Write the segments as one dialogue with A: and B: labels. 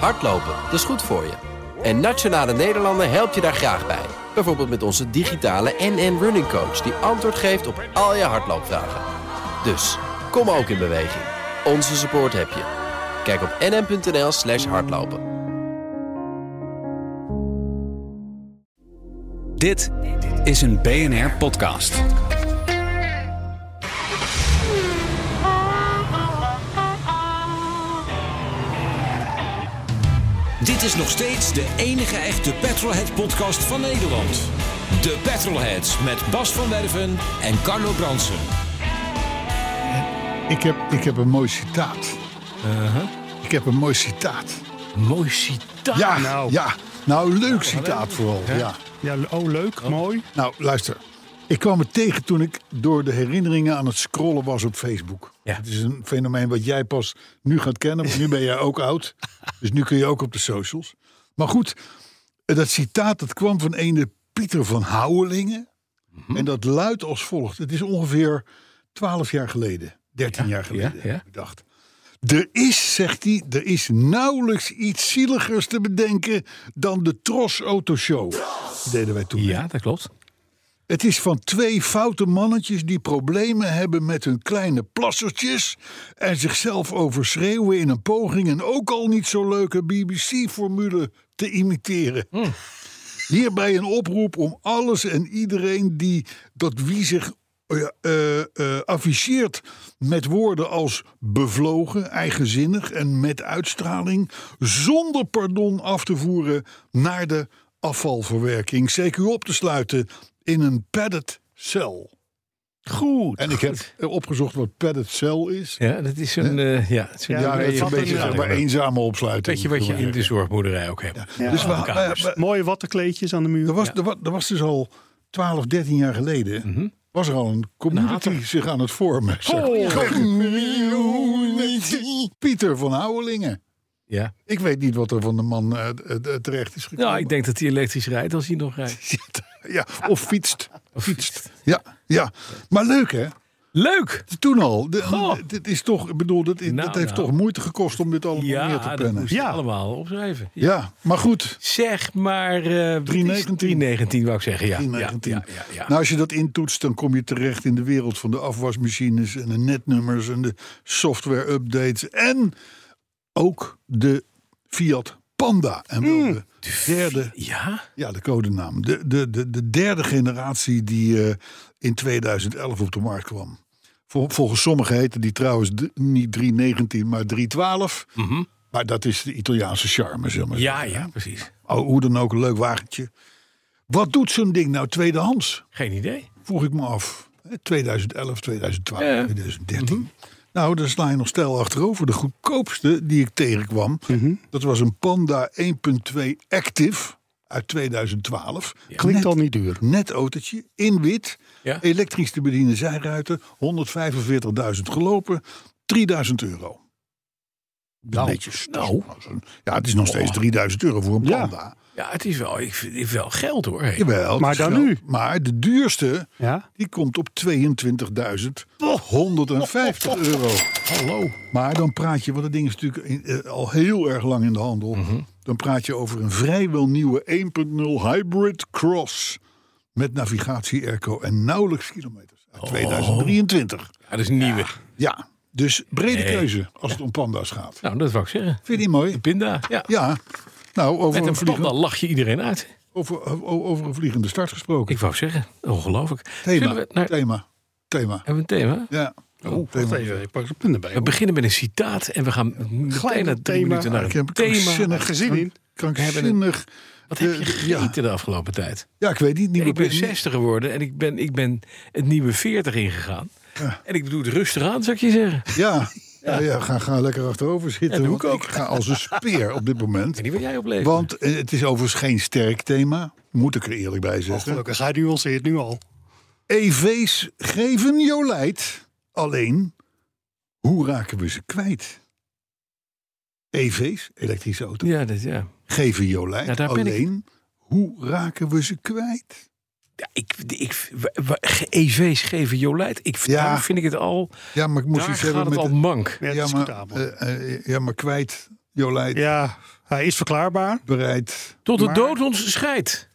A: Hardlopen, dat is goed voor je. En Nationale Nederlanden helpt je daar graag bij. Bijvoorbeeld met onze digitale NN Running Coach... die antwoord geeft op al je hardloopvragen. Dus, kom ook in beweging. Onze support heb je. Kijk op nn.nl slash hardlopen.
B: Dit is een BNR-podcast.
C: Dit is nog steeds de enige echte Petrolhead-podcast van Nederland. De Petrolheads met Bas van Werven en Carlo Bransen.
D: Ik heb, ik heb een mooi citaat.
E: Uh-huh.
D: Ik heb een mooi citaat.
E: Mooi citaat.
D: Ja,
E: nou.
D: ja. nou leuk citaat vooral.
E: Hè?
D: Ja.
E: Ja, oh, leuk, mooi.
D: Nou, luister. Ik kwam het tegen toen ik door de herinneringen aan het scrollen was op Facebook.
E: Ja.
D: Het is een fenomeen wat jij pas nu gaat kennen, want nu ben jij ook oud. Dus nu kun je ook op de socials. Maar goed, eh, dat citaat dat kwam van ene Pieter van Houwelingen.
E: Mhm.
D: En dat luidt als volgt. Het is ongeveer 12 jaar geleden, 13 jaar geleden,
E: ja.
D: heb ik dacht. Er is, zegt hij, er is nauwelijks iets zieligers te bedenken dan de Tros Autoshow. Die deden wij toen. mee.
E: dat klopt.
D: Het is van twee foute mannetjes die problemen hebben met hun kleine plassertjes en zichzelf overschreeuwen in een poging een ook al niet zo leuke BBC-formule te imiteren. Hierbij een oproep om alles en iedereen die dat wie zich eh eh, eh, afficheert met woorden als bevlogen, eigenzinnig en met uitstraling, zonder pardon af te voeren naar de afvalverwerking. CQ op te sluiten in een padded cel.
E: Goed.
D: En ik heb eh, opgezocht wat padded cel is.
F: Ja, dat is een. eh, ja, het is een
D: Ja, dat is een beetje zeg maar, eenzame opsluiting.
F: beetje wat je in de zorgboerderij ook hebt.
D: Dus we, eh, we-
E: Mooie wattenkleedjes aan de muur.
D: Er was, er, wa- er was dus al 12, 13 jaar geleden.
F: Mhm.
D: Was er al een community zich aan het vormen? zeg.
F: Oh.
D: Community. Pieter van Houwelingen.
F: Ja.
D: Ik weet niet wat er van de man eh, eh, eh, terecht is gekomen.
F: Nou, ik denk dat hij elektrisch rijdt als hij nog rijdt.
D: ja, of fietst. fietst. Ja, ja, maar leuk hè?
F: Leuk!
D: Toen al. De-
F: Goh.
D: Dit is toch, ik bedoel, dat,
F: Nou,
D: dat heeft
F: nou.
D: toch moeite gekost om dit allemaal neer te
F: Ja, dat
D: plannen.
F: moest je allemaal opschrijven.
D: Ja, maar goed.
F: Zeg maar. eh, wat is-
D: 319.
F: 319 wou ik zeggen, ja.
D: 1919.
F: Ja, ja, ja, ja.
D: Nou, als je dat intoetst, dan kom je terecht in de wereld van de afwasmachines en de netnummers en de software-updates. En ook de Fiat Panda. En
F: Hmm.
D: wel de derde,
F: Ja?
D: ja, de codenaam. De, de, de, de derde generatie die eh, in 2011 op de markt kwam. Vol- Volgens sommigen heette die trouwens d- niet 319, maar 312. Maar dat is de Italiaanse charme, zeg maar.
F: Mhm. ja, ja, precies.
D: Oh, hoe dan ook, een leuk wagentje. Wat doet zo'n ding nou tweedehands?
F: Geen idee.
D: vroeg ik me af. Eh, Hè, 2011, 2012, 2013. Nou, daar sla je nog stijl achterover. De goedkoopste die ik tegenkwam,
E: Mhm.
D: dat was een Panda 1.2 Active uit 2012.
E: Klinkt
D: Net-
E: al niet duur.
D: Net autootje, in wit,
F: Ja.
D: elektrisch te bedienen zijruiten, 145.000 gelopen, 3000 euro. Netjes. Nou. Oh. Ja, het is nog steeds 3000 euro voor een
E: Ja.
D: Panda.
F: Ja, het is wel, ik vind, ik vind wel geld hoor. Hey.
D: Jawel, het
E: Maar
D: is
E: dan
D: geld.
E: nu?
D: Maar de duurste,
E: Ja.
D: die komt op 22.150
E: Oh.
D: euro.
F: Hallo.
D: Maar dan praat je, want dat ding is natuurlijk in- eh, al heel erg lang in de handel.
F: Mhm.
D: Dan praat je over een vrijwel nieuwe 1.0 hybrid cross. Met navigatie, airco en nauwelijks kilometers.
F: Oh.
D: Uit 2023.
F: Ja, dat is een nieuwe.
D: Ja, dus brede keuze als het om panda's gaat.
F: Nou, dat wou ik zeggen.
D: Vind je die mooi?
F: Pinda, ja.
D: Ja. Nou, over
F: Met
D: een,
F: een
D: vliegende,
F: panda lach je iedereen uit.
D: over, over- over een vliegende start gesproken.
F: Ik wou zeggen, ongelooflijk.
D: Thema,
F: Zullen we naar,
D: thema, thema.
F: hebben we een thema?
D: Ja.
F: Oh,
D: thema.
E: even, ik pak de punten bij.
F: We beginnen met een citaat en we gaan meteen na drie
E: thema.
F: minuten naar
D: Ik
F: een
D: heb een
F: nou? thema.
D: krankzinnig
E: gezien in.
D: Krankzinnig.
F: Wat heb
D: de-
F: je
D: de-
F: gegeten de afgelopen tijd?
D: Ja, ik weet niet. niet
F: Ik ben
D: meer-
F: 60 geworden en ik ben, ik ben het nieuwe 40 ingegaan. En ik doe het rustig aan, zou ik je zeggen. Ik
D: Ja, ja. ja ga, ga lekker achterover zitten.
F: Ja, doe ik
D: want
F: ook.
D: ik ga als een speer op dit moment.
F: weet niet wat jij opleeft.
D: Want eh, het is overigens geen sterk thema. Moet ik er eerlijk bij zeggen.
E: Gelukkig, hij nuanceert nu al.
D: EV's geven Jolijt. Alleen, hoe raken we ze kwijt? EV's, elektrische auto's,
F: Ja, dat, ja.
D: geven Jolijt.
F: Ja, daar ben ik.
D: alleen, hoe raken we ze kwijt?
F: ja ik, ik, wa- wa- EV's E geven Jolijt. Ik,
D: Ja.
F: Daar vind ik het al,
D: Ja, maar ik moest
F: daar
D: iets
F: gaat
D: hebben
F: het
D: met...
F: al mank.
E: Ja,
D: eh, ja, maar, eh, eh, ja, maar kwijt, Jolijt.
E: ja, Hij is verklaarbaar.
D: bereid.
F: Tot de
E: Maar-
F: dood ons scheidt.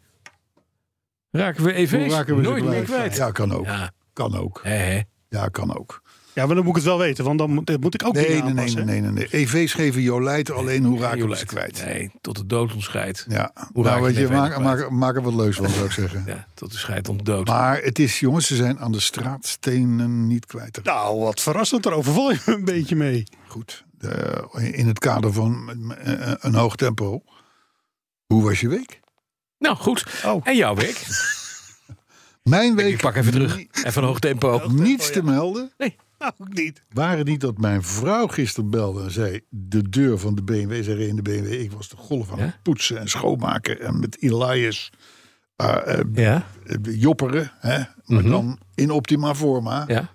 F: Raken we
D: Hoe
F: EV's
D: raken we ze
F: nooit meer kwijt.
D: Ja, kan ook.
F: Ja.
D: Kan ook.
F: Hè, hè.
D: Ja, kan ook.
E: Ja, maar dan moet ik het wel weten, want dan moet, dat moet ik ook
D: Nee,
E: dingen
D: nee, nee,
E: aanpassen.
D: nee, nee, nee. EV's geven Jolijt alleen hoe raken we ze
F: Jolijt.
D: kwijt.
F: Nee, tot de dood ons scheidt.
D: Ja,
F: Hoe raak
D: nou,
F: je
D: weet
F: een
D: je,
F: EV
D: maak,
F: kwijt?
D: maak, maak er wat leus van, zou ik zeggen.
F: Ja, tot de scheidt ons dood.
D: Maar het is, jongens, ze zijn aan de straatstenen niet kwijt. te raken.
E: Nou, wat verrassend, daar overval je me een beetje mee.
D: Goed, de- in het kader van eh, een hoog tempo. Hoe was je week?
F: Nou, goed.
E: Oh.
F: En jouw week?
D: Mijn week.
F: Ik pak even terug.
D: ni-
F: Even een hoog tempo.
D: Niets te melden.
E: Nou, ook niet.
D: Waren het niet dat mijn vrouw gisteren belde en zei: de deur van de BMW, ze reed in de BMW. Ik was de golf aan
F: Ja?
D: het poetsen en schoonmaken en met Elias eh, eh,
F: Ja,
D: jopperen, hè? maar dan in optima forma.
F: Mhm. ja.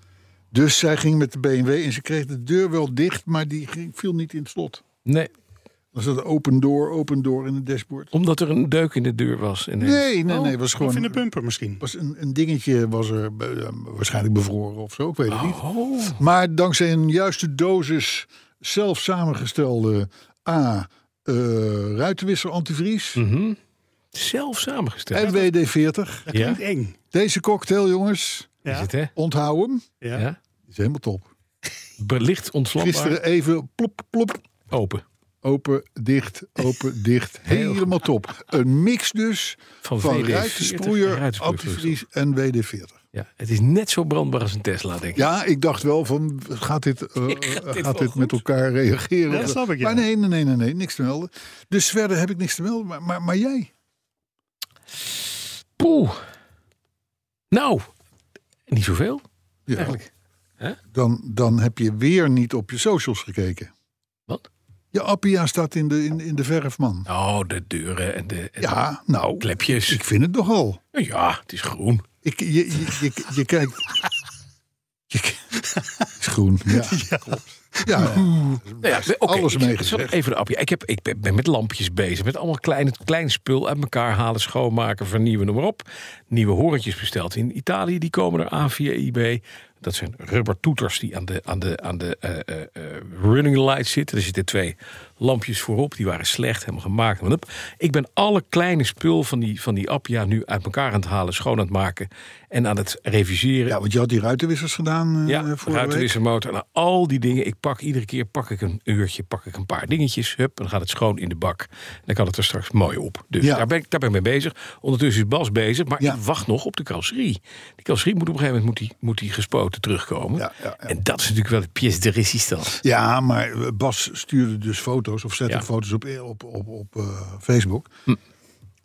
D: Dus zij ging met de BMW en ze kreeg de deur wel dicht, maar die ging, viel niet in het slot.
F: Nee,
D: Dan zat er open door, open door in het dashboard.
F: omdat er een deuk in de deur was. ineens.
D: Nee, nee, nee, het was
E: Of Oh, in de
D: gewoon
E: bumper misschien.
D: was een, een dingetje was er eh, waarschijnlijk bevroren of zo, ik weet het niet.
F: Oh,
D: Maar dankzij een juiste dosis zelf samengestelde A eh ruitenwisser antivries
F: Mhm. zelf samengesteld.
D: en WD-40.
E: Dat
F: Ja.
E: klinkt eng.
D: Deze cocktail, jongens,
F: Is
E: Ja.
F: het, hè?
D: onthoud hem.
E: Ja.
F: Ja.
D: Is helemaal top.
F: Belicht ontvlambaar.
D: Gisteren even plop, plop,
F: Open.
D: Open, dicht, open, dicht.
F: Heel
D: Helemaal top. Een mix dus
F: Van,
D: van
F: VD40 en
D: ruitensproeier,
F: ruitenvloeistof.
D: antivries en WD-40.
F: Ja, het is net zo brandbaar als een Tesla, denk ik.
D: Ja, ik dacht wel van, gaat dit, eh,
F: Gaat dit
D: gaat
F: wel
D: dit met elkaar reageren?
E: Ja, snap ik, ja.
D: Maar nee, nee, nee, nee, nee, niks te melden. Dus verder heb ik niks te melden. Maar, maar, maar jij?
F: Poeh. Nou, niet zoveel.
D: Ja.
F: Eigenlijk. Hè?
D: Dan, dan heb je weer niet op je socials gekeken.
F: Wat?
D: Je Appia staat in de, in, in de verf, man.
F: Oh, de deuren en de, en
D: Ja, nou,
F: de klepjes.
D: ik vind het nogal.
F: Nou ja, het is groen.
D: Ik, je, je, je, je kijkt... Je, k- is groen, ja. Ja, ja.
F: Nou ja, oké,
D: alles
F: ik-
D: mee
F: ik-
D: gezegd.
F: Even de appje. Ik, heb, ik ben- ben met lampjes bezig. Met allemaal klein, klein spul uit elkaar halen, schoonmaken, vernieuwen, noem maar op. Nieuwe horentjes besteld in Italië. Die komen er aan via eBay. Dat zijn rubber toeters die aan de, aan de, aan de eh, eh, eh, running light zitten. Er zitten twee lampjes voorop. Die waren slecht, helemaal gemaakt. helemaal op. Ik ben alle kleine spul van die, van die Appia nu uit elkaar aan het halen, schoon aan het maken. En aan het reviseren.
D: ja, want je had die ruitenwissers gedaan eh
F: Ja,
D: vorige week.
F: ruitenwisselmotor. Nou, al die dingen. Ik pak iedere keer pak ik een uurtje, pak ik een paar dingetjes. Hup, en dan gaat het schoon in de bak. En dan kan het er straks mooi op. Dus
D: Ja.
F: daar, ben ik, daar ben ik mee bezig. Ondertussen is Bas bezig, maar
D: Ja.
F: ik wacht nog op de carrosserie. Die carrosserie moet op een gegeven moment moet die, moet die gespoten terugkomen.
D: Ja, ja, ja.
F: En dat is natuurlijk wel de pièce de résistance.
D: Ja, maar eh, Bas stuurde dus foto's of zette
F: Ja.
D: foto's op, op, op, op eh, Facebook.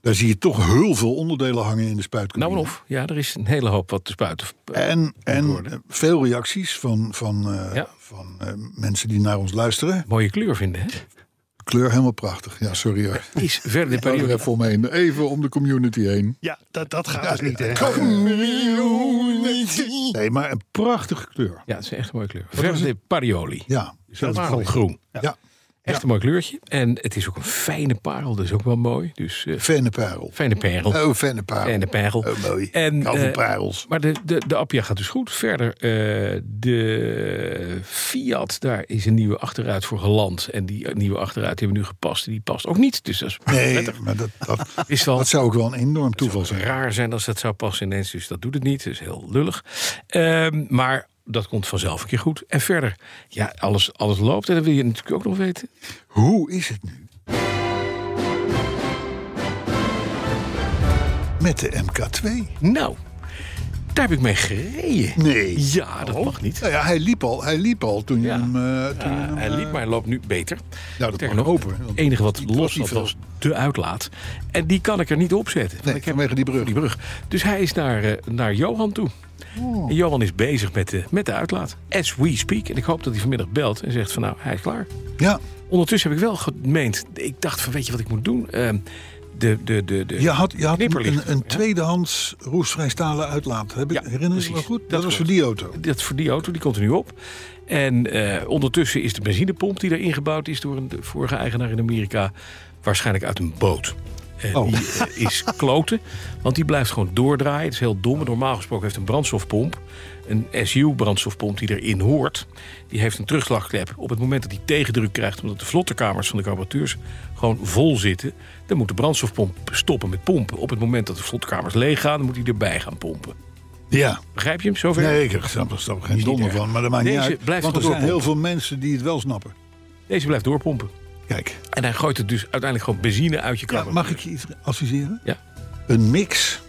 D: Daar zie je toch heel veel onderdelen hangen in de spuitcabine.
F: Nou en of, ja, er is een hele hoop wat te spuiten.
D: En, en eh, veel reacties van, van, eh,
F: Ja.
D: van eh, mensen die naar ons luisteren.
F: Mooie kleur vinden, hè?
D: Kleur helemaal prachtig. Ja, sorry. hoor. Ik
F: Is verder
D: hou
F: de
D: er
F: periode.
D: even omheen. Even om de community heen.
E: Ja, dat, dat gaat dus niet, hè?
D: Community. Nee, maar een prachtige kleur.
F: Ja, het is echt een mooie kleur. Verde Parioli.
D: Ja,
F: Dat groen.
D: ja.
F: Echt een mooi kleurtje. En het is ook een fijne parel, dus ook wel mooi. Dus eh,
D: fijne parel.
F: fijne parel.
D: Oh, fijne parel.
F: Fijne parel.
D: Oh, mooi.
F: En,
D: Ik hou van
F: eh,
D: parels.
F: Maar de, de, de Appia gaat dus goed. Verder, eh, de Fiat, daar is een nieuwe achteruit voor geland. En die nieuwe achteruit die hebben we nu gepast. En die past ook niet. Dus dat is
D: Nee,
F: prettig.
D: maar dat, dat,
F: Is wel
D: Dat zou ook wel een enorm toeval zijn.
F: raar zijn als dat zou passen ineens. Dus dat doet het niet. Dat is heel lullig. Ehm, maar dat komt vanzelf een keer goed. En verder, ja, alles, alles loopt. En dat wil je natuurlijk ook nog weten.
D: Hoe is het nu? Met de MK2?
F: Nou, daar heb ik mee gereden.
D: Nee.
F: Ja, dat mag niet.
D: Nou ja, hij liep al, hij liep al toen je
F: Ja.
D: hem... eh, toen je hem,
F: Hij
D: eh,
F: liep, maar hij loopt nu beter.
D: Nou, dat
F: Sterker
D: mag
F: nog,
D: hopen, hè,
F: Het
D: want
F: enige wat los
D: niet
F: zat
D: veel.
F: was de uitlaat. En die kan ik er niet op zetten.
D: Nee,
F: Want ik heb
D: vanwege die brug.
F: die brug. Dus hij is naar, eh, naar Johan toe.
D: Oh.
F: En Johan is bezig met de, met de uitlaat. As we speak. En ik hoop dat hij vanmiddag belt en zegt van nou, hij is klaar.
D: Ja,
F: Ondertussen heb ik wel gemeend. Ik dacht van weet je wat ik moet doen? Ehm, de, de, de, de,
D: je had, je had
F: knipperlicht.
D: een, een tweedehands roestvrij stalen uitlaat. Heb ik,
F: Ja,
D: herinner je me
F: precies.
D: goed? Dat,
F: Dat
D: was
F: klopt.
D: voor die auto.
F: Dat voor die auto, die komt er nu op. En eh, ondertussen is de benzinepomp die daar ingebouwd is door een de vorige eigenaar in Amerika waarschijnlijk uit een boot. eh, die eh, is kloten. Want die blijft gewoon doordraaien. Het is heel dom. Normaal gesproken heeft een brandstofpomp... een SU-brandstofpomp die erin hoort... die heeft een terugslagklep. Op het moment dat die tegendruk krijgt... omdat de vlotterkamers van de carburateurs gewoon vol zitten... dan moet de brandstofpomp stoppen met pompen. Op het moment dat de vlotterkamers leeg gaan... dan moet hij erbij gaan pompen.
D: Ja.
F: Begrijp je hem zover?
D: Nee, ik snap er snap er geen
F: niet
D: donder
F: erg.
D: van. Maar dat maakt
F: Deze
D: niet uit.
F: blijft
D: want er
F: gewoon
D: zijn heel veel mensen die het wel snappen.
F: Deze blijft doorpompen.
D: Kijk,
F: En hij gooit er dus uiteindelijk gewoon benzine uit je
D: ja,
F: kar.
D: mag ik je iets adviseren?
F: Ja.
D: Een mix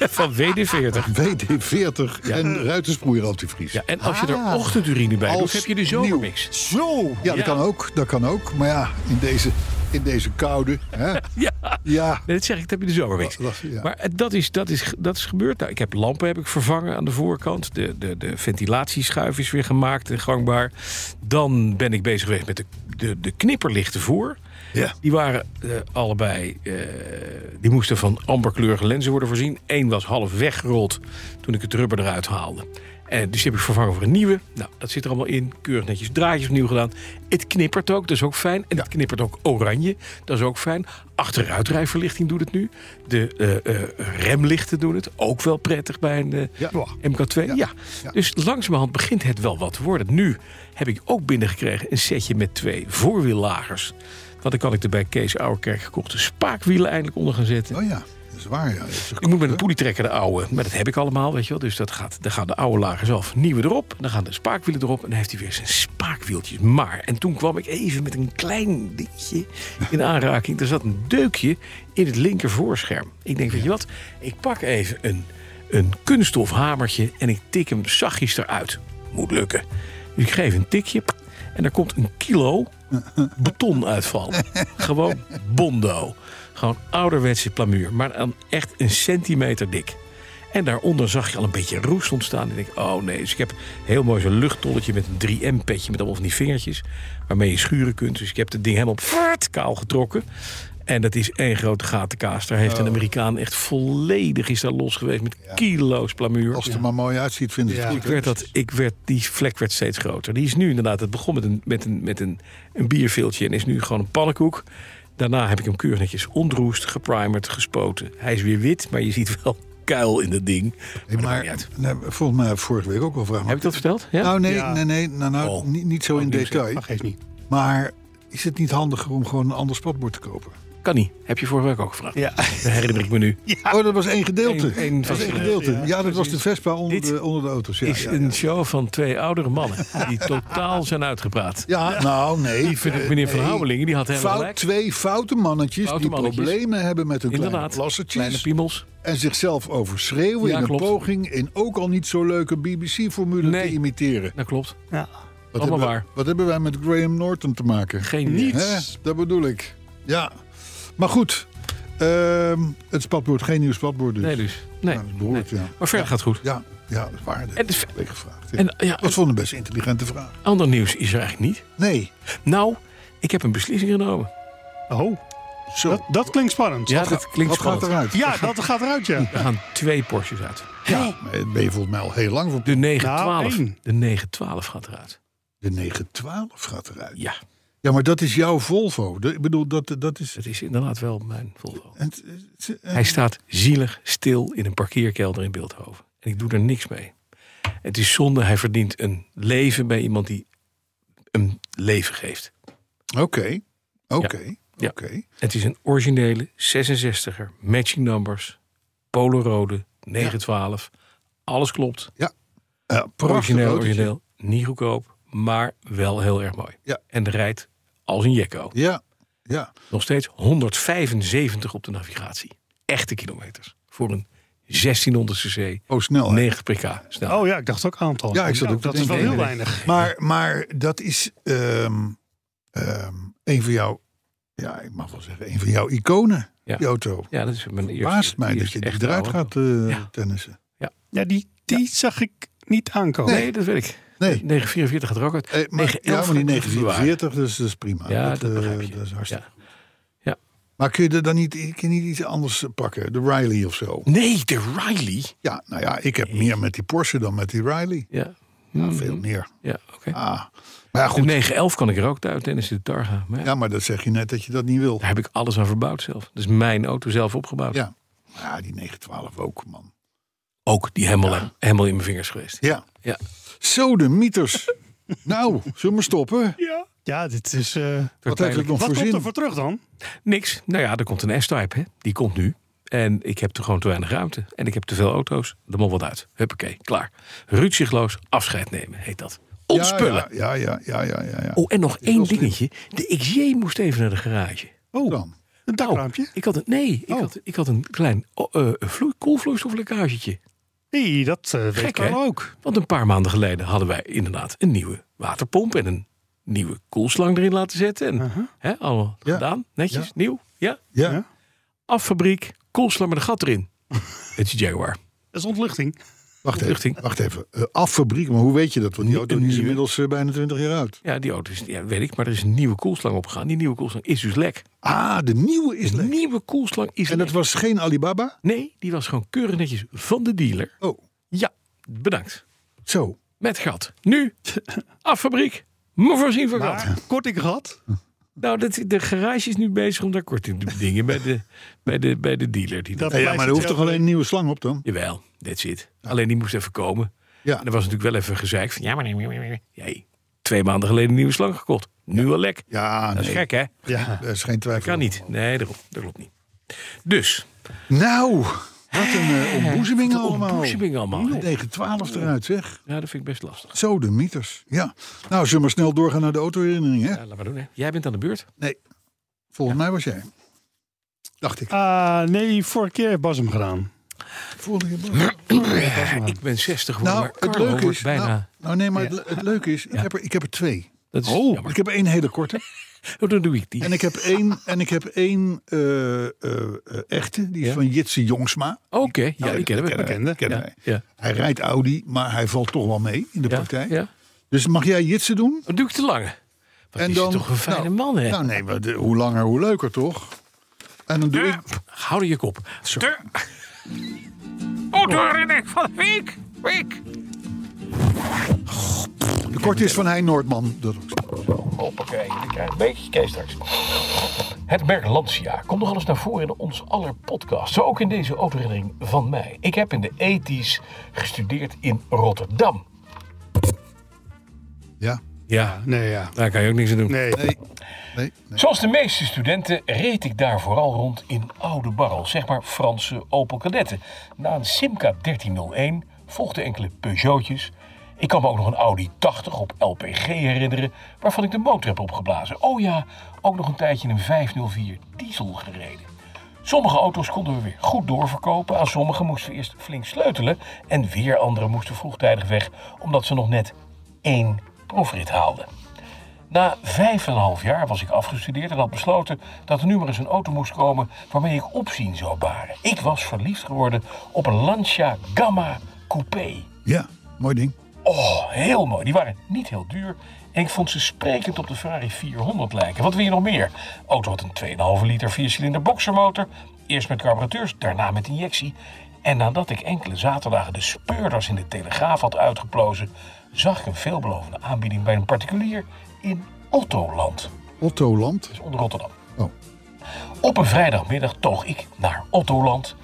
F: Van WD-40.
D: WD-40 en ruitensproeier antivries.
F: Ja, en als je
D: Ah.
F: er ochtendurine bij doet,
D: Als
F: heb je de
D: nieuw.
F: zomermix.
D: Zo! Ja, dat kan ook. Dat kan ook. Maar ja, in deze, in deze koude. Hè?
F: Ja.
D: Ja.
F: Nee, dat zeg ik, dat heb je de zomermix.
D: Dat- dat- ja.
F: Maar eh, dat is, dat, is, dat is gebeurd. Nou, ik heb lampen heb ik vervangen aan de voorkant. De, de, de ventilatieschuif is weer gemaakt en gangbaar. Dan ben ik bezig geweest met de, de, de knipperlichten voor.
D: Ja.
F: Die waren eh, allebei... eh, die moesten van amberkleurige lenzen worden voorzien. Eén was half weggerold toen ik het rubber eruit haalde. En dus die heb ik vervangen voor een nieuwe. Nou, dat zit er allemaal in. Keurig netjes draadjes opnieuw gedaan. Het knippert ook, dat is ook fijn. En het knippert ook oranje, dat is ook fijn. Achteruitrijverlichting doet het nu. De eh, eh, remlichten doen het. Ook wel prettig bij een eh,
D: Ja.
F: MK2. Ja.
D: Ja.
F: Dus langzamerhand begint het wel wat te worden. Nu heb ik ook binnengekregen een setje met twee voorwiellagers. Want dan kan ik er bij Kees Ouwerkerk gekochte spaakwielen eindelijk onder gaan zetten.
D: Oh ja, dat is waar. Ja. Dat is
F: Ik moet met een polietrekker de oude, maar dat heb ik allemaal, weet je wel. Dus dat gaat, dan gaan de oude lagers af, nieuwe erop, dan gaan de spaakwielen erop... en dan heeft hij weer zijn spaakwieltjes. Maar, en toen kwam ik even met een klein dingetje in aanraking. Er zat een deukje in het linkervoorscherm. Ik denk, weet je wat, ik pak even een, een kunststof hamertje... en ik tik hem zachtjes eruit. Moet lukken. Dus ik geef een tikje en er komt een kilo betonuitval. Gewoon bondo. Gewoon ouderwetse plamuur, maar dan echt een centimeter dik. En daaronder zag je al een beetje roest ontstaan. En ik denk, oh nee. Dus ik heb heel mooi zo'n luchttolletje met een 3M-petje... met allemaal van die vingertjes, waarmee je schuren kunt. Dus ik heb het ding helemaal fart kaal getrokken. En dat is één grote gatenkaas. Daar heeft een Amerikaan echt volledig is daar los geweest... met kilo's plamuur.
D: Als het er maar mooi uitziet, vinden ze het
F: Ik
D: goed. hè?
F: werd dat, ik werd, die vlek werd steeds groter. Die is nu inderdaad, het begon met een, met een, met een, een bierveeltje en is nu gewoon een pannenkoek. Daarna heb ik hem keurig netjes ontroest, geprimerd, gespoten. Hij is weer wit, maar je ziet wel kuil in het ding. Maar dat maakt niet
D: Maar
F: uit.
D: nee, volgens mij heb ik vorige week ook al vragen.
F: Heb ik dat verteld? Ja?
D: Nou, nee,
E: Ja.
D: nee, nee, nou, nou,
F: Oh.
D: niet, niet zo in detail.
E: Maar geeft niet.
D: Maar is het niet handiger om gewoon een ander spatbord te kopen?
F: Kan niet. Heb je vorige week ook gevraagd.
E: Ja.
F: Dat herinner ik me nu.
D: Oh, dat was één gedeelte.
F: Eén- één
D: dat was één
F: vast-
D: gedeelte.
E: ja,
D: Ja, dat was de Vespa onder,
F: Dit
D: de, onder de auto's. Ja,
F: is
D: ja, ja.
F: een show van twee oudere mannen die totaal zijn uitgepraat.
D: Ja, nou nee.
F: Ik vind het meneer Van
D: Nee.
F: Houwelingen, die had helemaal
D: Fout,
F: gelijk.
D: twee foute mannetjes
F: Foute
D: die
F: mannetjes.
D: problemen hebben met hun kleine
F: Inderdaad,
D: plassetjes.
F: kleine piemels.
D: en zichzelf overschreeuwen
F: Ja,
D: in
F: klopt.
D: een poging in ook al niet zo leuke BBC-formule
F: Nee.
D: te imiteren.
F: Dat klopt.
E: Ja.
D: Wat
F: allemaal
D: hebben,
F: waar.
D: wat hebben wij met Graham Norton te maken?
F: Geen niet.
D: Hè? Dat bedoel ik. Ja. Maar goed, ehm, het spatbord, geen nieuw spatbord dus.
F: Nee dus. Nee.
D: Ja, dat is behoorlijk,
F: Nee.
D: ja.
F: Maar verder gaat het goed.
D: Ja, ja, dat is waar. Dat
F: En de-
D: is een beetje gevraagd. Ja.
F: En ja,
D: Dat vond een best intelligente vraag.
F: ander nieuws is er eigenlijk niet.
D: Nee.
F: Nou, ik heb een beslissing genomen.
E: Oh,
D: Zo.
E: dat, dat klinkt spannend.
F: Ja,
E: Wat
F: dat klinkt
D: Wat gaat
F: spannend. Er
D: eruit?
E: Ja, dat gaat eruit, ja.
F: gaan twee Porsches uit.
D: Ja, maar daar ben je volgens mij al heel lang voor.
F: De 912.
E: Nou, één.
F: de 912 gaat eruit.
D: De 912 gaat eruit.
F: Ja,
D: Ja, maar dat is jouw Volvo. De- ik bedoel, dat, dat is...
F: dat is inderdaad wel mijn Volvo.
D: het- het- eh,
F: Hij staat zielig stil in een parkeerkelder in Beeldhoven. En ik doe er niks mee. Het is zonde, hij verdient een leven bij iemand die een leven geeft.
D: Oké, oké,
F: Ja.
D: oké.
F: Het is een originele 66er, matching numbers, Polenrode, 912. Alles klopt.
D: Ja, prachtig
F: Origineel,
D: autootje.
F: origineel. Niet goedkoop, maar wel heel erg mooi.
D: Ja.
F: En rijdt als een jekko.
D: Ja, ja.
F: Nog steeds 175 op de navigatie. Echte kilometers. Voor een 1600 cc,
D: Oh, snel. hè?
F: 90 pk snel.
E: Oh ja, ik dacht ook aantal.
D: Ja, ik zat
E: Nou,
D: ook te
E: Dat is wel
D: denken.
E: heel weinig.
D: Maar, maar dat is ehm, ehm, een van jouw... Ja, ik mag wel zeggen, een van jouw iconen,
F: Ja.
D: die auto.
F: Ja, dat is mijn eerste.
D: Baast mij dat
F: eerste
D: je die
F: echte
D: eruit
F: oude.
D: gaat eh,
F: Ja.
D: tennissen.
E: Ja, die, die zag ik niet aankomen.
F: Nee, dat weet ik.
D: Nee,
F: 944 gaat er ook uit.
D: eh, maar, ja,
F: 911
D: maar die
F: gaat er ook uit.
D: 944, dus dat is prima.
F: Ja, dat,
D: eh,
F: begrijp je.
D: dat is hartstikke.
F: Ja.
D: Maar kun je er dan niet, kun je niet iets anders eh, pakken? De Riley of zo?
F: Nee, de Riley.
D: Ja, nou ja, ik heb meer met die Porsche dan met die Riley.
F: Hmm. Ja,
D: Ja, veel meer.
F: ja oké.
D: Ah, Maar goed.
F: De 911 kan ik er ook uit tennis de Targa. Maar ja,
D: Ja, maar dat zeg je net dat je dat niet wil.
F: Daar heb ik alles aan verbouwd zelf. Dat is mijn auto zelf opgebouwd.
D: Ja. Ja, die 912 ook, man.
F: Ook die helemaal, helemaal in mijn vingers geweest.
D: Ja.
F: Ja.
D: Zo de mieters. nou, zullen we maar stoppen?
E: Ja. Ja, dit is... eh,
D: Wat heeft het nog
E: wat
D: voor
E: komt
D: zin?
E: er voor terug dan?
F: Niks. Nou ja, er komt een S-Type, hè. Die komt nu. En ik heb er gewoon te weinig ruimte. En ik heb te veel auto's. De mol wat uit. Huppakee, klaar. Rutzichtloos afscheid nemen, heet dat.
D: Ja,
F: Ontspullen.
D: Ja, ja, ja, ja, ja. ja.
F: Oh, en nog één
D: heel slim.
F: dingetje. De XJ moest even naar de garage.
D: Oh, dan.
E: Een dakraampje?
F: Ik had een, nee, ik,
D: Oh.
F: had, ik had een klein oh, eh, vloei, koelvloeistoflekkagetje.
E: Nee, dat eh weet
F: Gek,
E: Carlo
F: hè?
E: ook.
F: Want een paar maanden geleden hadden wij inderdaad een nieuwe waterpomp en een nieuwe koelslang erin laten zetten. En hè, allemaal
D: Ja.
F: gedaan, netjes,
D: Ja.
F: nieuw. Ja.
D: Ja.
E: Ja.
F: Affabriek, koelslang met een gat erin. Het is Jaguar.
E: Dat is ontluchting.
D: Wacht
F: Opluchting.
D: even. Wacht even. Eh, affabriek, maar hoe weet je dat? Want die auto
F: een
D: is
F: nieuwe.
D: inmiddels eh, bijna 20 jaar oud.
F: Ja, die auto is, ja, weet ik, maar er is een nieuwe koelslang opgegaan. Die nieuwe koelslang is dus lek.
D: Ah, de nieuwe is
F: De
D: leeg.
F: nieuwe koelslang is
D: En
F: lek.
D: dat was geen Alibaba?
F: Nee, die was gewoon keurig netjes van de dealer.
D: Oh,
F: Ja, bedankt.
D: zo.
F: Met gat. Nu, affabriek, maar voorzien van gat.
E: Maar Ah, korting gehad.
F: Nou, dat, de garage is nu bezig om daar korting te bedingen bij de, bij de, bij de dealer. Die dat...
E: Dat
D: Ja, ja,
E: blijft
D: maar er hoeft toch
E: hetzelfde.
D: alleen een nieuwe slang op dan?
F: Jawel, that's it. Alleen die moest even komen.
D: Ja.
F: En er was natuurlijk wel even gezeik van, ja, maar nee, nee, nee, nee. Ja, hé, twee maanden geleden een nieuwe slang gekocht. Nu al lek.
D: Ja,
F: Dat is
D: nee.
F: gek, hè?
E: Ja.
D: Er is geen twijfel.
F: Kan niet. Nee, daarom. dat klopt niet. Dus,
D: Nou, wat een eh, ontboezeming allemaal.
F: ontboezeming allemaal, hè?
D: 912 eruit, zeg.
F: ja, dat vind ik best lastig.
D: Zo de mieters. Ja. Nou, zullen we maar snel doorgaan naar de autoherinnering, hè?
F: Ja, laat maar doen, hè. Jij bent aan de beurt.
D: Nee. Volgens mij was jij. Dacht ik.
E: Ah, nee, vorige keer heeft Bas hem gedaan.
D: Volgende keer.
F: ik ben 60 geworden,
D: Nou,
F: maar
D: het
F: Carlo
D: leuke
F: wordt
D: is...
F: bijna...
D: Nou, nou, nee, maar het, le- het leuke is, ik, heb er, ik heb er twee.
F: dat is jammer.
D: Ik heb er één hele korte.
F: Oh, dan doe ik die.
D: Oh. En ik heb één, en ik heb één eh, eh, eh, echte, die is van Jitse Jongsma.
F: Oké,
D: Nou,
F: ja, die kennen we.
D: Kennen
E: bekende.
D: wij, kennen wij.
F: Ja.
D: Hij rijdt Audi, maar hij valt toch wel mee in de
F: Ja,
D: praktijk.
F: ja.
D: Dus mag jij Jitse doen?
F: Dan doe ik te lange. Wat is het toch een fijne
D: nou,
F: man, hè?
D: Nou nee, maar de- hoe langer hoe leuker toch? En dan doe ik...
F: Hou je kop.
D: Sorry.
F: Autoherinnering van de week. Week.
D: De korte is van Hein Noordman. Dat ook zo.
F: Hoppakee, ik krijg een beetje kees straks. Het merk Lancia komt nogal eens naar voren in ons aller podcast. Zo ook in deze autoherinnering van mij. Ik heb in de 80s gestudeerd in Rotterdam.
D: Ja.
F: Ja,
E: Nee, ja.
F: daar kan je ook niks aan doen.
E: Nee.
D: Nee. Nee. nee.
F: Zoals de meeste studenten reed ik daar vooral rond in oude barrels, zeg maar Franse Opel Kadetten. Na een Simca 1301 volgden enkele Peugeotjes. Ik kan me ook nog een Audi 80 op LPG herinneren, waarvan ik de motor heb opgeblazen. Oh ja, ook nog een tijdje een 504 diesel gereden. Sommige auto's konden we weer goed doorverkopen, aan sommige moesten we eerst flink sleutelen en weer andere moesten vroegtijdig weg omdat ze nog net één proefrit haalden. Na vijf en een half jaar was ik afgestudeerd en had besloten dat er nu maar eens een auto moest komen waarmee ik opzien zou baren. Ik was verliefd geworden op een Lancia Gamma Coupé.
D: Ja, mooi ding.
F: Oh, heel mooi. Die waren niet heel duur. En ik vond ze sprekend op de Ferrari 400 lijken. Wat wil je nog meer? De auto had een 2,5 liter viercilinder boxermotor. Eerst met carburateurs, daarna met injectie. En nadat ik enkele zaterdagen de speurders in de Telegraaf had uitgeplozen... zag ik een veelbelovende aanbieding bij een particulier in Ottoland.
D: Otto Land.
F: Dat is onder Rotterdam.
D: Oh.
F: Op een vrijdagmiddag toog ik naar Ottoland.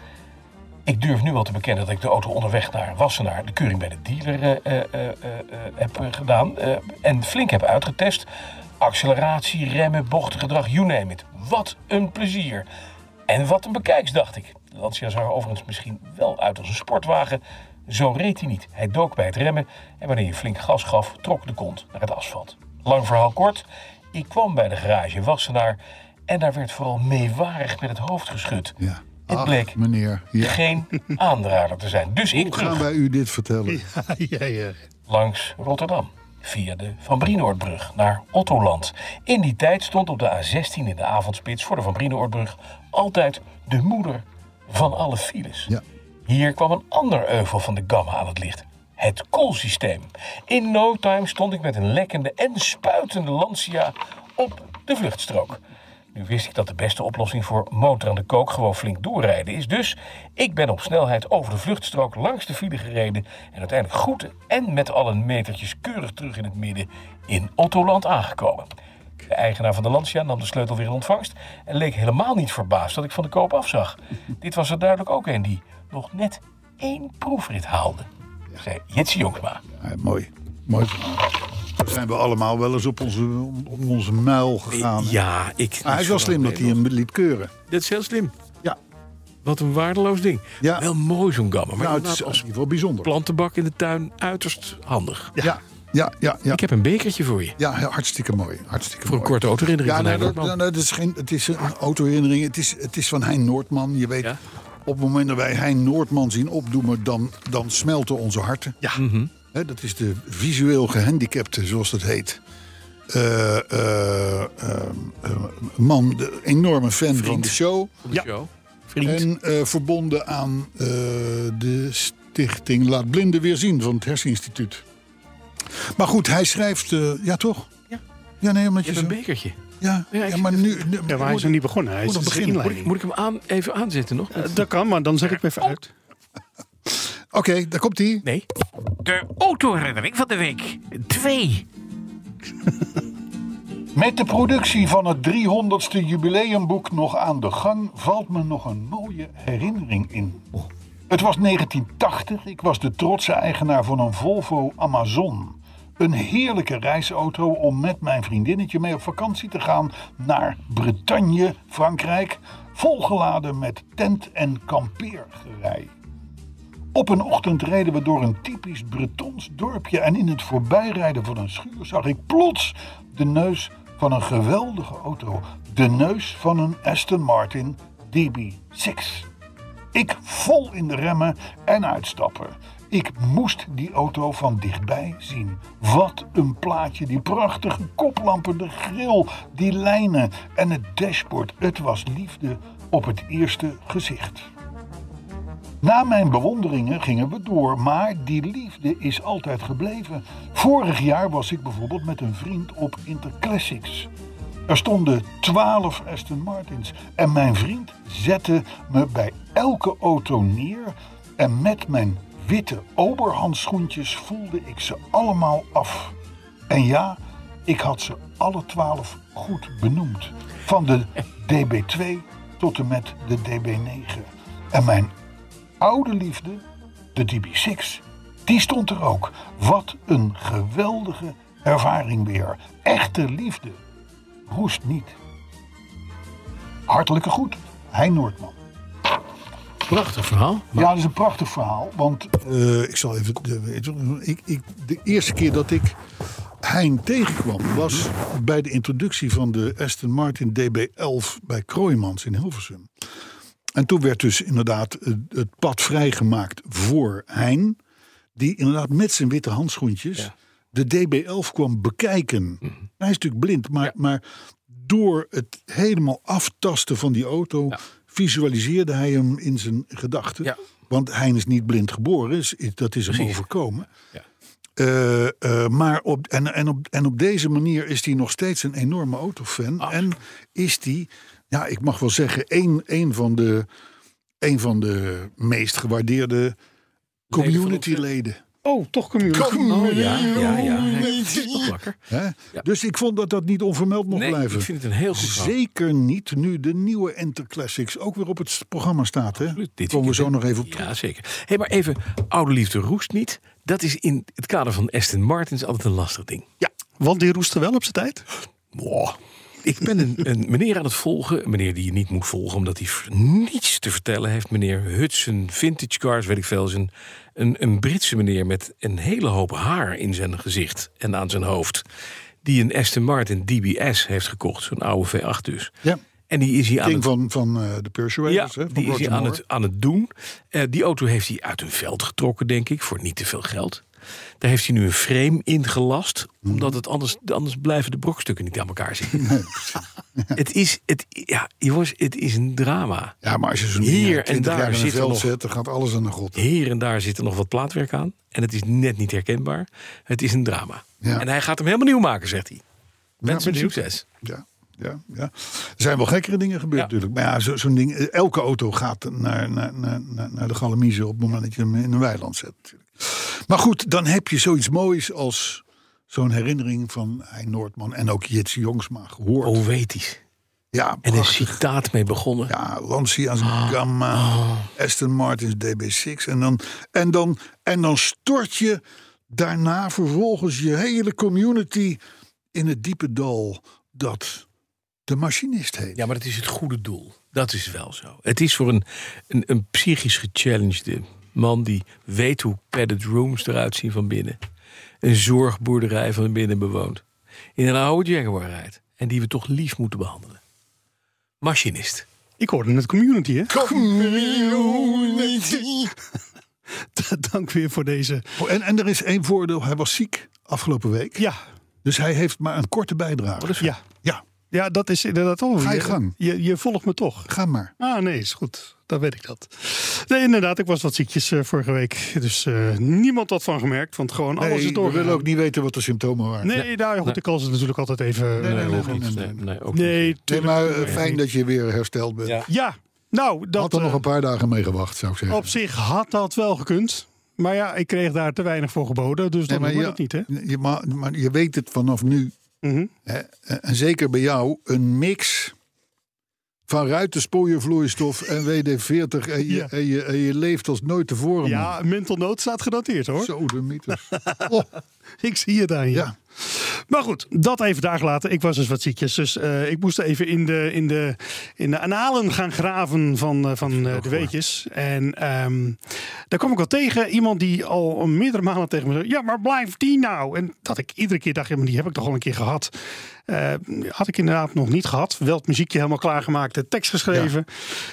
F: Ik durf nu wel te bekennen dat ik de auto onderweg naar Wassenaar de keuring bij de dealer eh, eh, eh, eh, heb eh, gedaan. eh, en flink heb uitgetest. Acceleratie, remmen, bochtgedrag, you name it. Wat een plezier. En wat een bekijks, dacht ik. De Lancia zag er overigens misschien wel uit als een sportwagen. Zo reed hij niet. Hij dook bij het remmen en wanneer je flink gas gaf, trok de kont naar het asfalt. Lang verhaal kort. Ik kwam bij de garage in Wassenaar en daar werd vooral meewarig met het hoofd geschud.
D: Ja.
F: Het
D: Ach,
F: bleek
D: meneer. Ja.
F: geen aanrader te zijn. Dus ik
D: Hoe gaan
F: terug
D: wij u dit vertellen?
E: ja, ja.
F: langs Rotterdam. Via de Van Brienoordbrug naar Ottoland. In die tijd stond op de A16 in de avondspits voor de Van Brienoordbrug altijd de moeder van alle files.
D: Ja.
F: Hier kwam een ander euvel van de gamma aan het licht. Het koolsysteem. In no time stond ik met een lekkende en spuitende Lancia op de vluchtstrook. Nu wist ik dat de beste oplossing voor motor aan de kook gewoon flink doorrijden is. Dus ik ben op snelheid over de vluchtstrook langs de file gereden. En uiteindelijk goed en met alle metertjes keurig terug in het midden in Ottoland aangekomen. De eigenaar van de Lancia nam de sleutel weer in ontvangst en leek helemaal niet verbaasd dat ik van de koop afzag. Dit was er duidelijk ook een die nog net één proefrit haalde, zei Jitsi Jongsma.
D: Ja, mooi. Mooi verhaal. Daar zijn we allemaal wel eens op onze, op onze muil gegaan. hè?
F: Ja, ik.
D: Maar hij is wel slim dat hij hem liet keuren.
F: Dat is heel slim.
D: Ah. Ja.
F: Wat een waardeloos ding.
D: Ja.
F: Wel mooi zo'n gamma. Maar
D: Nou, het
F: inderdaad
D: is in
F: als
D: ieder geval bijzonder.
F: plantenbak in de tuin uiterst handig.
D: Ja, ja, ja. ja, ja.
F: Ik heb een bekertje voor je.
D: ja, hartstikke mooi. Hartstikke
F: Voor een
D: mooi.
F: korte autoherinnering
D: Ja,
F: van
D: nee, dat,
F: Hein Noordman.
D: nou, dat is geen, het is een autoherinnering. Het is, het is van Hein Noordman. Je weet,
F: Ja.
D: op het moment dat wij Hein Noordman zien opdoemen, dan, dan smelten onze harten. Ja. dat is de visueel gehandicapte, zoals dat heet. Eh, eh, eh, eh, man, de enorme fan van de show.
F: Op de show. Vriend.
D: En eh, verbonden aan eh, de stichting Laat Blinden Weer Zien van het Herseninstituut. Maar goed, hij schrijft... eh, ja, toch?
F: Ja.
D: Ja, nee, omdat
F: je
D: je,
F: hebt
D: zo...
F: een bekertje.
D: Ja,
F: Ja,
D: ja,
F: ik-
D: maar nu... nu-
E: Ja, maar hij is nog niet begonnen. Hij is
D: Moet nog
E: het is de
D: beginnen.
E: inleiding.
F: Moet ik hem aan, even aanzetten nog?
E: Eh, Dat kan, maar dan zeg ik even uit.
D: Oké, daar komt hij.
F: Nee.
G: De autoherinnering van de week 2.
D: Met de productie van het 300ste jubileumboek nog aan de gang, valt me nog een mooie herinnering in. Het was 1980, ik was de trotse eigenaar van een Volvo Amazon. Een heerlijke reisauto om met mijn vriendinnetje mee op vakantie te gaan naar Bretagne, Frankrijk, volgeladen met tent- en kampeergerei. Op een ochtend reden we door een typisch Bretons dorpje en in het voorbijrijden van een schuur zag ik plots de neus van een geweldige auto. De neus van een Aston Martin DB6. Ik vol in de remmen en uitstappen. Ik moest die auto van dichtbij zien. Wat een plaatje. Die prachtige koplampen, de grill, die lijnen en het dashboard. Het was liefde op het eerste gezicht. Na mijn bewonderingen gingen we door, maar die liefde is altijd gebleven. Vorig jaar was ik bijvoorbeeld met een vriend op Interclassics. Er stonden 12 Aston Martins en mijn vriend zette me bij elke auto neer en met mijn witte oberhandschoentjes voelde ik ze allemaal af. En ja, ik had ze alle 12 goed benoemd. Van de DB2 tot en met de DB9. En mijn oude liefde, de DB6, die stond er ook. Wat een geweldige ervaring weer. Echte liefde roest niet. Hartelijke groet, Hein Noordman.
F: Prachtig verhaal.
D: Ja, dat is een prachtig verhaal. Want eh, ik zal even. De, ik, ik, de eerste keer dat ik Hein tegenkwam was bij de introductie van de Aston Martin DB11 bij Kroijmans in Hilversum. En toen werd dus inderdaad het, het pad vrijgemaakt voor Hein, die inderdaad met zijn witte handschoentjes de DB11 kwam bekijken. Hij is natuurlijk blind, maar, maar door het helemaal aftasten van die auto visualiseerde hij hem in zijn gedachten.
F: Ja.
D: Want Hein is niet blind geboren, is, is- dat is hem overkomen. Eh, eh, maar op, en, en, op, en op deze manier is hij nog steeds een enorme autofan. En is hij, ja, ik mag wel zeggen, een, een, van, de, een van de meest gewaardeerde communityleden.
E: Oh, toch community.
D: Community.
F: Oh, Ja, ja. Nee, dat is toch wakker.
D: Hè? Dus ik vond dat dat niet onvermeld mocht
F: Nee,
D: blijven.
F: ik vind het een heel goed verhaal.
D: Zeker niet nu de nieuwe Enter Classics ook weer op het programma staat. Hè?
F: Absoluut, dit
D: Komen we zo
F: weekend,
D: nog even op terug.
F: Ja, zeker. hey, maar even, oude liefde roest niet. Dat is in het kader van Aston Martins altijd een lastig ding.
E: Ja, want die roestte wel op zijn tijd.
F: Boah. Ik ben een, een meneer aan het volgen. Een meneer die je niet moet volgen, omdat hij v- niets te vertellen heeft. Meneer Hudson, vintage cars, weet ik veel. Is een, een, een Britse meneer met een hele hoop haar in zijn gezicht en aan zijn hoofd. Die een Aston Martin DBS heeft gekocht. Zo'n oude V8 dus.
D: Ja.
F: En die is hier aan
D: Ding
F: het
D: van, van eh, de Persuaders. hè, van
F: die is
D: Roger
F: hij aan
D: Moore.
F: het, aan het doen. Eh, die auto heeft hij uit een veld getrokken, denk ik, voor niet te veel geld. Daar heeft hij nu een frame ingelast,
D: Hmm.
F: omdat het anders, anders blijven de brokstukken niet aan elkaar zitten. het is, het, ja, jongens, het is een drama.
D: Ja, maar als je zo'n
F: Hier
D: hier
F: en
D: en
F: daar
D: jaar in een
F: zit er
D: veld
F: nog-
D: zet, dan gaat alles aan de god.
F: Hier en daar zit er nog wat plaatwerk aan. En het is net niet herkenbaar. Het is een drama.
D: Ja.
F: En hij gaat hem helemaal nieuw maken, zegt hij. Met
D: Ja,
F: zijn
D: benieuwd.
F: succes.
D: Ja. ja, ja. Er zijn wel gekkere dingen gebeurd
F: Ja.
D: natuurlijk. Maar ja, zo- zo'n ding, eh, elke auto gaat naar, naar, naar, naar, naar de galamiezen op het moment dat je hem in een weiland zet. natuurlijk. Maar goed, dan heb je zoiets moois als zo'n herinnering van Hein Noordman en ook Jits Jongsma gehoord.
F: Poëtisch.
D: ja,
F: En een
D: prachtig.
F: citaat mee begonnen.
D: Ja, Lancia's
E: Ah.
D: Gamma,
E: Oh.
D: Aston Martin's DB6. En dan, en, dan, en dan stort je daarna vervolgens je hele community in het diepe dal dat de machinist heet.
F: Ja, maar het is het goede doel. Dat is wel zo. Het is voor een, een, een psychisch gechallengede man die weet hoe padded rooms eruit zien van binnen. Een zorgboerderij van binnen bewoont. In een oude Jaguar rijdt. En die we toch lief moeten behandelen. Machinist.
E: Ik hoorde net community, hè?
D: Community.
E: Dank weer voor deze.
D: Oh, En, en er is één voordeel, hij was ziek afgelopen week.
E: Ja, Oh,
D: Dus hij heeft maar een korte bijdrage.
E: ja.
D: Ja,
E: ja dat is inderdaad al.
D: Ga je gang.
E: Je, je volgt me toch.
D: ga maar.
E: Ah, nee, is goed. Dan weet ik dat. Nee, inderdaad, ik was wat ziekjes eh, vorige week. Dus eh, niemand had van gemerkt, want gewoon alles is
D: Nee, we
E: doorgegaan.
D: willen ook niet weten wat de symptomen waren.
E: Nee, nou ja, goed, ik kan ze natuurlijk altijd even... Nee,
D: nee, nee, nee, nee.
F: ook
D: Nee, maar eh, fijn dat je weer hersteld bent.
F: Ja.
E: Ja, nou, dat...
D: Had er nog
E: eh,
D: een paar dagen mee gewacht, zou ik zeggen.
E: Op zich had dat wel gekund. Maar ja, ik kreeg daar te weinig voor geboden. Dus dan
D: Nee,
E: moet
D: maar
E: dat niet, hè?
D: Je, maar, maar je weet het vanaf nu.
E: Mhm.
D: Hè? En zeker bij jou, een mix van ruitenspooienvloeistof en WD-40. En je,
E: Ja.
D: en, je, en je leeft als nooit tevoren.
E: Ja, mental nood staat genoteerd, hoor.
D: man. Zo de mythes. Oh,
E: Ik zie het aan je.
D: Ja.
E: Maar goed, dat even daar gelaten. Ik was dus wat ziekjes, dus eh, ik moest even in de, in de, in de analen gaan graven van, eh, van eh, de weetjes. En ehm, daar kwam ik wel tegen. Iemand die al meerdere malen tegen me zei, ja, maar blijf die nou? En dat ik iedere keer dacht, ja, maar die heb ik toch al een keer gehad. Eh, had ik inderdaad nog niet gehad. Wel het muziekje helemaal klaargemaakt, de tekst geschreven.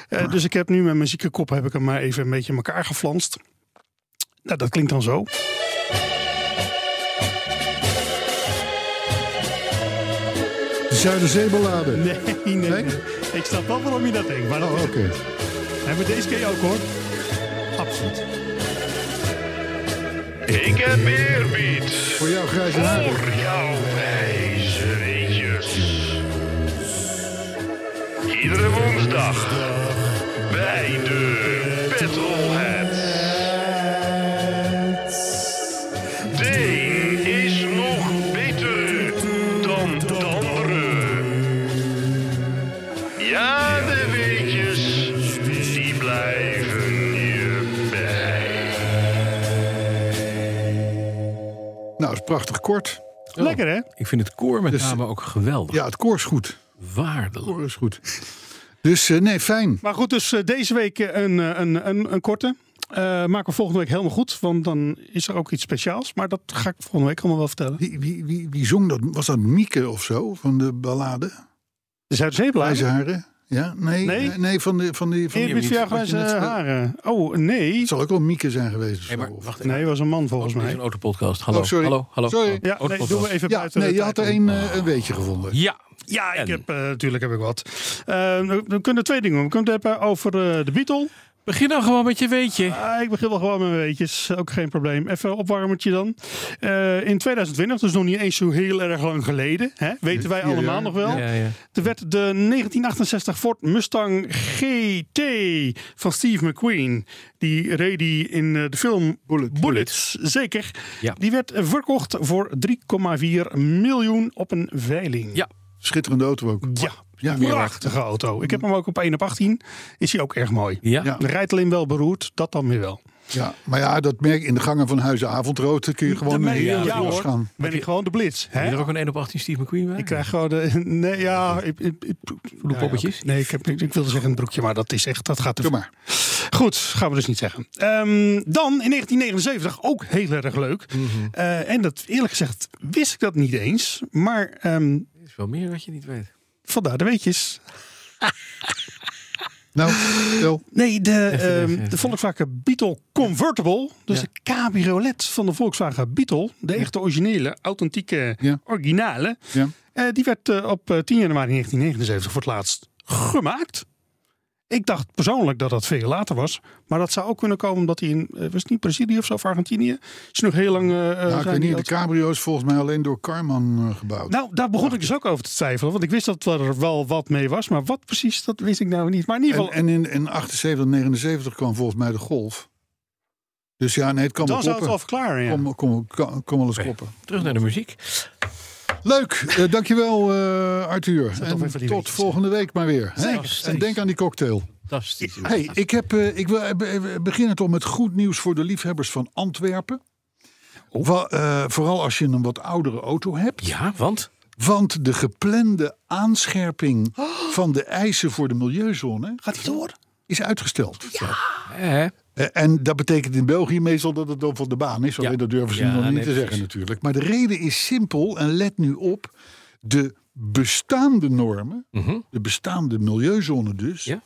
E: Eh, dus ik heb nu met mijn zieke kop heb ik hem maar even een beetje in elkaar geflanst. Nou, dat klinkt dan zo.
D: De Zuiderzeeballade.
E: Nee, nee, nee.
D: Nee?
E: Ik snap wel waarom je dat denkt. Maar dat
D: Oh,
E: is
D: oké.
E: het. En met deze ken je ook hoor. Absoluut.
H: Ik heb eerbied
D: Voor jou grijze haren.
H: voor jouw wijze weetjes. Iedere woensdag bij de Petrolheads. De een is nog beter dan de andere. Ja, de weetjes, die blijven je bij.
D: Nou, is prachtig kort.
E: Lekker hè?
F: Ik vind het koor met
D: Dus-
F: name ook geweldig.
D: Ja, het koor is goed. Het
F: Waardeloos.
D: koor is goed. Dus eh, nee, fijn.
E: Maar goed, dus eh, deze week eh, een, eh, een, een, een korte. Eh maken we volgende week helemaal goed. Want dan is er ook iets speciaals. Maar dat ga ik volgende week allemaal wel vertellen.
D: Wie, wie, wie, wie zong dat? Was dat Mieke of zo van de ballade?
E: De Zuiderzeeblaas.
D: Grijze haren? Ja? Nee?
E: Nee.
D: Nee, van die... Van die, van die
E: Eerbied voor jouw
D: wat je
E: grijze
D: net speel-
E: haren. Oh, nee.
D: Het zal ook wel Mieke zijn geweest. of
F: Hey,
D: zo,
F: maar
D: of-
F: wacht even.
E: Nee, was een man volgens
F: Dit Oh, is een
E: mij.
F: autopodcast. Hallo,
D: Oh, sorry.
F: hallo, hallo.
D: Sorry.
F: Oh,
E: Ja, nee, doen we
F: autopodcast.
E: even
D: Ja,
E: buiten
D: nee,
E: de
D: je had er
E: tijd om.
D: een, eh, een weetje gevonden.
F: Ja.
E: Ja, ik
F: En?
E: heb, eh, natuurlijk heb ik wat. Eh, we we kunnen twee dingen doen. We kunnen het hebben over eh, de Beatle.
F: Begin dan gewoon met je weetje.
E: Ah, ik begin wel gewoon met mijn weetjes. Ook geen probleem. Even een opwarmertje dan. Eh, in 2020, dus nog niet eens zo heel erg lang geleden. Hè? Weten wij
D: Vier
E: allemaal
D: jaar,
E: nog wel.
F: Ja, ja.
E: Er werd de 1968 Ford Mustang GT van Steve McQueen. Die reed die in eh, de film Bullets. Zeker.
F: Ja.
E: Die werd verkocht voor 3,4 miljoen op een veiling.
F: Ja.
D: Schitterende auto ook.
E: Ja,
D: Ja.
E: prachtige auto. Ik heb hem ook op 1 op 18. Is hij ook erg mooi.
F: Ja.
D: Ja.
E: Rijdt alleen wel beroerd, dat dan weer wel.
D: Ja, maar ja, dat merk je in de gangen van Huizen Avondrood. Dan kun je gewoon eh,
E: Ja,
D: heerlijk
E: ja, hoor.
D: losgaan.
E: Ben ik gewoon de blitz.
F: Heb
E: Hè?
F: je er ook een 1 op 18 Steve McQueen bij?
E: Ik
D: eh,
E: krijg gewoon de. Nee, ja. Ik, ik, ik- nou ja,
F: poppetjes?
E: oké. nee, ik, heb, ik, ik wilde zeggen een broekje, maar dat is echt. Dat gaat te
D: Doe
E: ver.
D: maar.
E: Goed, gaan we dus niet zeggen. Ehm, dan in 1979 ook heel erg leuk. Eh, en dat eerlijk gezegd wist ik dat niet eens. Maar ehm,
F: Er is wel meer wat je niet weet.
E: vandaar de weetjes.
D: Nou, wel.
E: Nee, de, ehm,
F: even,
E: de Volkswagen Beetle Convertible. Dus
F: Ja.
E: de cabriolet van de Volkswagen Beetle. De echte originele, authentieke,
D: Ja.
E: originale.
D: Ja.
E: Eh, die werd eh, op eh, 10 januari 1979 voor het laatst gemaakt. Ik dacht persoonlijk dat dat veel later was. Maar dat zou ook kunnen komen omdat hij in, eh, was het niet Brazilië of zo, of Argentinië? Is nog heel lang... eh,
D: Ja,
E: zijn
D: ik
E: die
D: weet niet, de
E: auto-
D: cabrio is volgens mij alleen door Karman eh, gebouwd.
E: Nou, daar begon ik dus ook over te twijfelen. Want ik wist dat er wel wat mee was. Maar wat precies, dat wist ik nou niet. Maar in ieder
D: en,
E: geval,
D: en in, in 78, 79 kwam volgens mij de Golf. Dus ja, nee, het kan wel
E: dan zou het
D: kloppen.
E: wel verklaren. Ja.
D: Kom, kom, kan, kan wel eens kloppen.
F: Terug naar de muziek.
D: Leuk, eh, dankjewel eh, Arthur.
E: toch even
D: En
E: die
D: tot
E: weetjes, hè?
D: volgende week maar weer. hè?
F: Zeker.
D: En denk aan die cocktail.
F: Fantastisch.
E: Dus
D: Hey, ik, heb, eh, ik wil eh, be- eh, beginnen toch met goed nieuws voor de liefhebbers van Antwerpen.
E: Oh.
D: Wa- eh, vooral als je een wat oudere auto hebt.
F: Ja, want?
D: Want de geplande aanscherping van de eisen voor de milieuzone
E: Gaat hij door?
D: is uitgesteld.
F: Eh,
D: Eh, En dat betekent in België meestal dat het dan van de baan is. Alleen
F: Ja.
D: dat durven ze
F: Ja,
D: nog niet
F: nee,
D: te zeggen
F: precies.
D: natuurlijk. Maar de reden is simpel en let nu op. De bestaande normen, de bestaande milieuzone dus...
F: Mhm. Ja.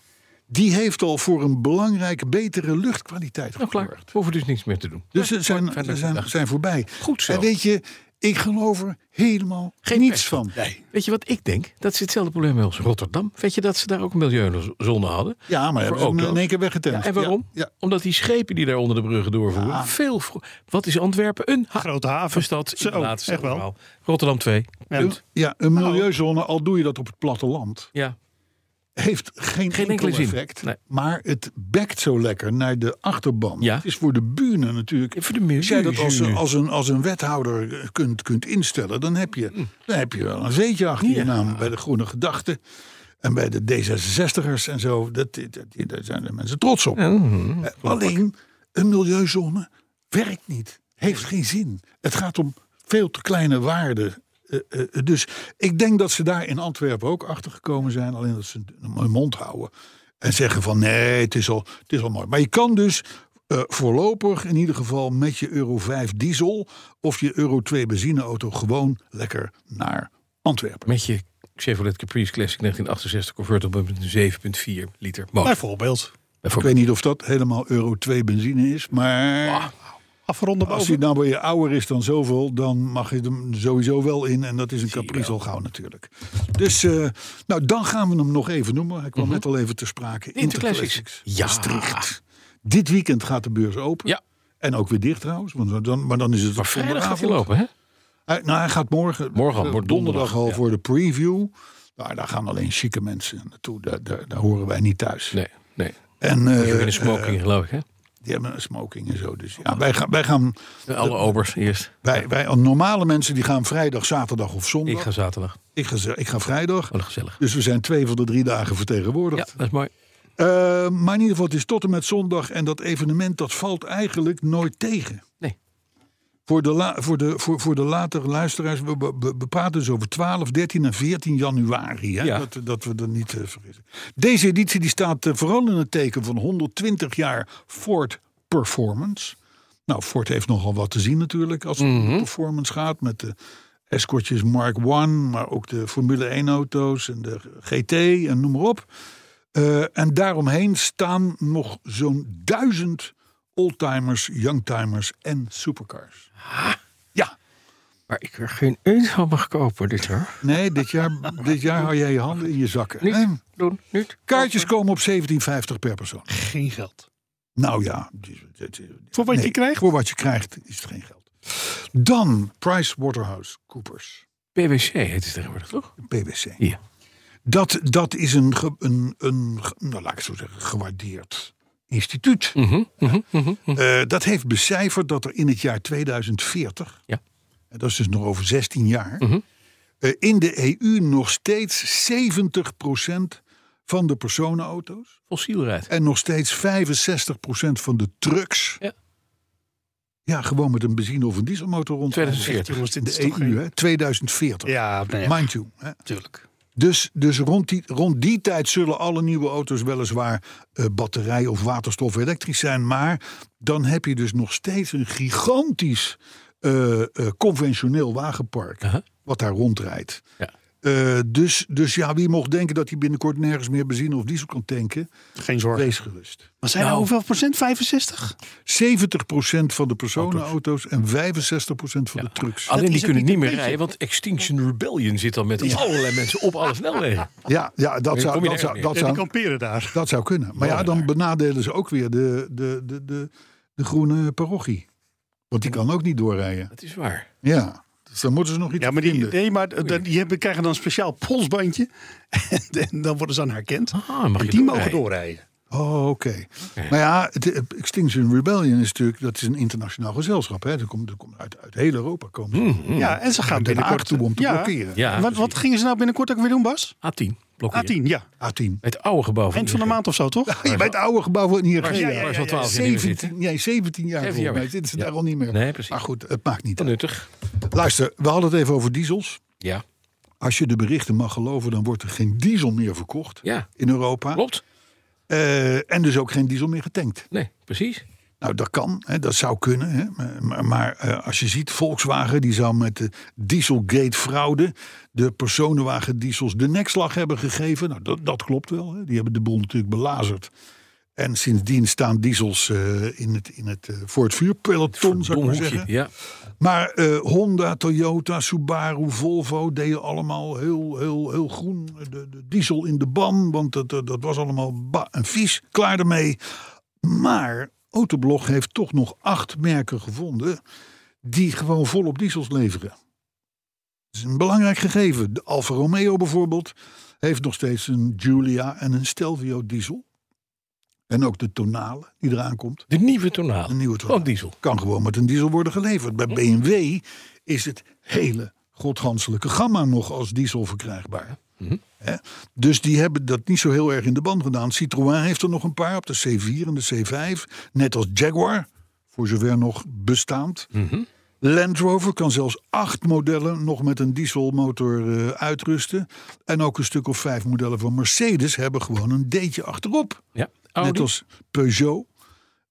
D: die heeft al voor een belangrijke betere luchtkwaliteit
F: nou klaar.
D: gezorgd.
F: We hoeven dus niks meer te doen.
D: Dus ze zijn,
F: verder.
D: ze zijn,
F: Dag.
D: zijn voorbij.
F: Goed zo.
D: En weet je, ik geloof er helemaal
F: Geen
D: niets
F: pest.
D: van.
F: Weet je wat ik denk? Dat is hetzelfde probleem bij ons Rotterdam. Weet je dat ze daar ook een milieuzone hadden?
D: Ja, maar
F: Voor
D: hebben ze hem
F: auto's.
D: in één keer weggetemd.
F: Ja, en waarom?
D: Ja, ja.
F: Omdat die schepen die daar onder de bruggen doorvoeren... veel vro- Wat is Antwerpen? Een ha-
E: Grote haven.
F: havenstad.
E: Zo,
F: inderdaad, is
E: echt wel.
F: normaal. Rotterdam 2.
E: Ja.
D: Een, ja, een
F: Nou.
D: milieuzone, al doe je dat op het platteland,
F: Ja.
D: heeft geen,
F: Geen
D: enkel
F: enkele zin.
D: effect.
F: Nee.
D: Maar het bekt zo lekker naar de achterban.
F: Ja.
D: Het is voor de buren natuurlijk.
F: Voor de milieu.
D: Als jij dat als, als, een, als een wethouder eh, kunt, kunt instellen, dan heb, je, dan heb je wel een zeetje achter je
F: Mm. Ja.
D: naam bij de Groene Gedachten. En bij de D66'ers en zo, dat, dat, dat- daar zijn de mensen trots op. Eh, Alleen, een milieuzone werkt niet. Heeft geen zin. Het gaat om veel te kleine waarden. Eh, eh, dus ik denk dat ze daar in Antwerpen ook achter gekomen zijn. Alleen dat ze hun mond houden. En zeggen van nee, het is al, het is al mooi. Maar je kan dus eh, voorlopig in ieder geval met je euro 5 diesel... of je euro 2 benzineauto gewoon lekker naar Antwerpen.
F: Met je Chevrolet Caprice Classic 1968 convertible met een 7,4 liter motor.
E: Bijvoorbeeld.
D: Ik weet niet of dat helemaal euro 2 benzine is, maar...
E: Afronden
D: Als hij
E: boven.
D: nou weer ouder is dan zoveel, dan mag je hem sowieso wel in. En dat is een caprice al gauw natuurlijk. Dus eh, nou, dan gaan we hem nog even noemen. Hij kwam net al even ter sprake.
F: Mhm. Interclassics. Ja.
D: Maastricht. Dit weekend gaat de beurs open.
F: Ja.
D: En ook weer dicht trouwens. Want dan, maar dan is het
F: Maar
D: op
F: vrijdag gaat hij
D: zondagavond.
F: lopen, hè?
D: Hij, nou, hij gaat morgen.
F: Morgen,
D: eh,
F: wordt donderdag,
D: al
F: ja.
D: voor de preview. Nou, daar gaan alleen chique mensen naartoe. Daar, daar, daar horen wij niet thuis.
F: Nee, nee.
D: En
F: Je
D: eh,
F: bent een smoking, geloof ik, hè?
D: die hebben een smoking en zo. Dus ja, wij gaan. Wij gaan
F: Alle obers eerst.
D: Wij, wij normale mensen die gaan vrijdag, zaterdag of zondag.
F: Ik ga zaterdag.
D: ik ga, ze- ik ga vrijdag.
F: Wat gezellig.
D: Dus we zijn twee van de drie dagen
F: Ja,
D: vertegenwoordigd.
F: dat is mooi.
D: Eh, maar in ieder geval, het is tot en met zondag. En dat evenement, dat valt eigenlijk nooit tegen.
F: Nee.
D: Voor de, la, voor de, voor, voor de latere luisteraars, we, we- we, we praten dus over 12, 13 en 14 januari. Hè?
F: Ja.
D: Dat, we- dat we er niet eh, vergissen. Deze editie die staat eh, vooral in het teken van 120 jaar Ford Performance. Nou, Ford heeft nogal wat te zien natuurlijk als het om
F: Mhm.
D: de performance gaat. Met de escortjes Mark I, maar ook de Formule 1-auto's en de GT en noem maar op. Eh, en daaromheen staan nog zo'n duizend oldtimers, youngtimers en supercars. Ja,
F: Maar ik er geen één van mag kopen dit jaar.
D: nee, dit jaar, dit jaar hou jij je handen in je zakken.
F: Niet.
D: Nee,
F: Doen, niet.
D: Kaartjes komen op 17,50 per persoon.
E: Geen geld.
D: Nou ja, dit- dit- dit-
E: Voor wat je
D: nee,
E: krijgt?
D: voor wat je krijgt is het geen geld. Dan PricewaterhouseCoopers,
F: PwC heet het tegenwoordig, toch?
D: PwC.
F: Ja.
D: Dat, dat is een, ge- een, een ge- nou, laat ik het zo zeggen, gewaardeerd instituut.
F: Mhm,
D: Eh, dat heeft becijferd dat er in het jaar 2040,
F: Ja. Mhm.
D: en dat is dus nog over 16 jaar, eh, in de EU nog steeds 70% van de personenauto's
F: Fossiel rijdt.
D: en nog steeds 65% van de trucks.
F: Ja.
D: Ja, gewoon met een benzine- of een dieselmotor rond.
F: 2040.
E: Jongens, dit is E
D: De
E: toch geen-
D: EU, hè? 2040.
E: Ja, nee, ja,
D: Mind you. Hè?
E: natuurlijk.
D: Dus, dus rond, die, rond die tijd zullen alle nieuwe auto's weliswaar eh, batterij of waterstof elektrisch zijn. Maar dan heb je dus nog steeds een gigantisch eh, eh, conventioneel wagenpark. Wat daar rondrijdt.
F: Ja.
D: Eh, dus, dus ja, wie mocht denken dat hij binnenkort nergens meer benzine of diesel kan tanken?
E: Geen zorgen.
D: Wees gerust.
E: Maar zijn er hoeveel procent? 65?
D: 70% van de personenauto's en 65% van de trucks.
F: Alleen die
E: is ook
F: kunnen niet
E: niet een
F: meer
E: beetje.
F: rijden, want Extinction Rebellion zit dan met allerlei mensen op alle snelwegen.
D: Ja, ja dat,
F: kom
D: zou,
F: je
D: dat,
F: nergens
D: zou,
F: meer.
D: dat,
E: Ja, die
D: zou,
E: kamperen daar.
D: dat zou kunnen. Maar ja, dan benadelen ze ook weer de, de, de, de, de groene parochie. Want die kan ook niet doorrijden.
F: Dat is waar.
D: Ja, dus daar moeten ze nog iets
E: Ja, maar die,
D: vinden.
E: nee, maar dat- die hebben, krijgen dan een speciaal polsbandje. En dan worden ze aan herkend.
F: Ah, mag je
E: die
F: doorrijden?
E: mogen doorrijden.
D: Oh, oké. Maar ja, het, eh, Extinction Rebellion is natuurlijk dat is een internationaal gezelschap. Hè. Dat komt, dat komt uit, uit heel Europa. Komen ze.
F: Mhm.
E: Ja, en ze gaan
D: Den Haag
E: binnenkort...
D: toe om te
E: ja.
D: blokkeren.
F: Ja,
E: wat, wat gingen ze nou binnenkort ook weer doen, Bas?
F: A10. Blokkeren.
E: A10, ja.
D: A10.
F: Het oude gebouw van
E: Eind van de
F: Utrecht.
E: maand of zo, toch?
D: Bij het oude gebouw van hier.
F: Waar ze- Waar ze al 12 jaar niet meer zitten.
D: 17, nee, 17 jaar
F: Even
D: volgens mij
F: weg.
D: zitten ze
F: Ja.
D: daar al niet meer.
F: Nee, precies.
D: Maar goed, het maakt niet uit.
F: Nuttig.
D: Luister, we hadden het even over diesels.
F: Ja.
D: Als je de berichten mag geloven, dan wordt er geen diesel meer verkocht
F: Ja.
D: in Europa.
F: Klopt?
D: Eh, en dus ook geen diesel meer getankt.
F: Nee, precies.
D: Nou, dat kan, hè, dat zou kunnen. Hè. Maar- Maar, maar eh, als je ziet, Volkswagen die zou met de Dieselgate-fraude de personenwagendiesels de nekslag hebben gegeven. Nou, dat, dat klopt wel. Hè. Die hebben de boel natuurlijk belazerd. En sindsdien staan diesels eh, in het, in het eh, voor het vuurpeloton, zou ik maar
F: Domhoekje.
D: zeggen.
F: Ja.
D: Maar eh, Honda, Toyota, Subaru, Volvo deden allemaal heel, heel, heel groen de, de diesel in de ban. Want dat, dat, dat was allemaal ba en vies, klaar ermee. Maar Autoblog heeft toch nog acht merken gevonden die gewoon volop diesels leveren. Dat is een belangrijk gegeven. De Alfa Romeo bijvoorbeeld heeft nog steeds een Giulia en een Stelvio diesel. En ook de Tonale die eraan komt.
F: De nieuwe tonaal.
D: Een nieuwe
F: Gewoon diesel.
D: Kan gewoon met een diesel worden geleverd. Bij BMW is het hele godganselijke gamma nog als diesel verkrijgbaar. Hè? Dus die hebben dat niet zo heel erg in de band gedaan. Citroën heeft er nog een paar op de C4 en de C5. Net als Jaguar, voor zover nog bestaand. Land Rover kan zelfs acht modellen nog met een dieselmotor eh, uitrusten. En ook een stuk of vijf modellen van Mercedes hebben gewoon een D'tje achterop.
F: Ja.
D: Net
F: Audi.
D: als Peugeot.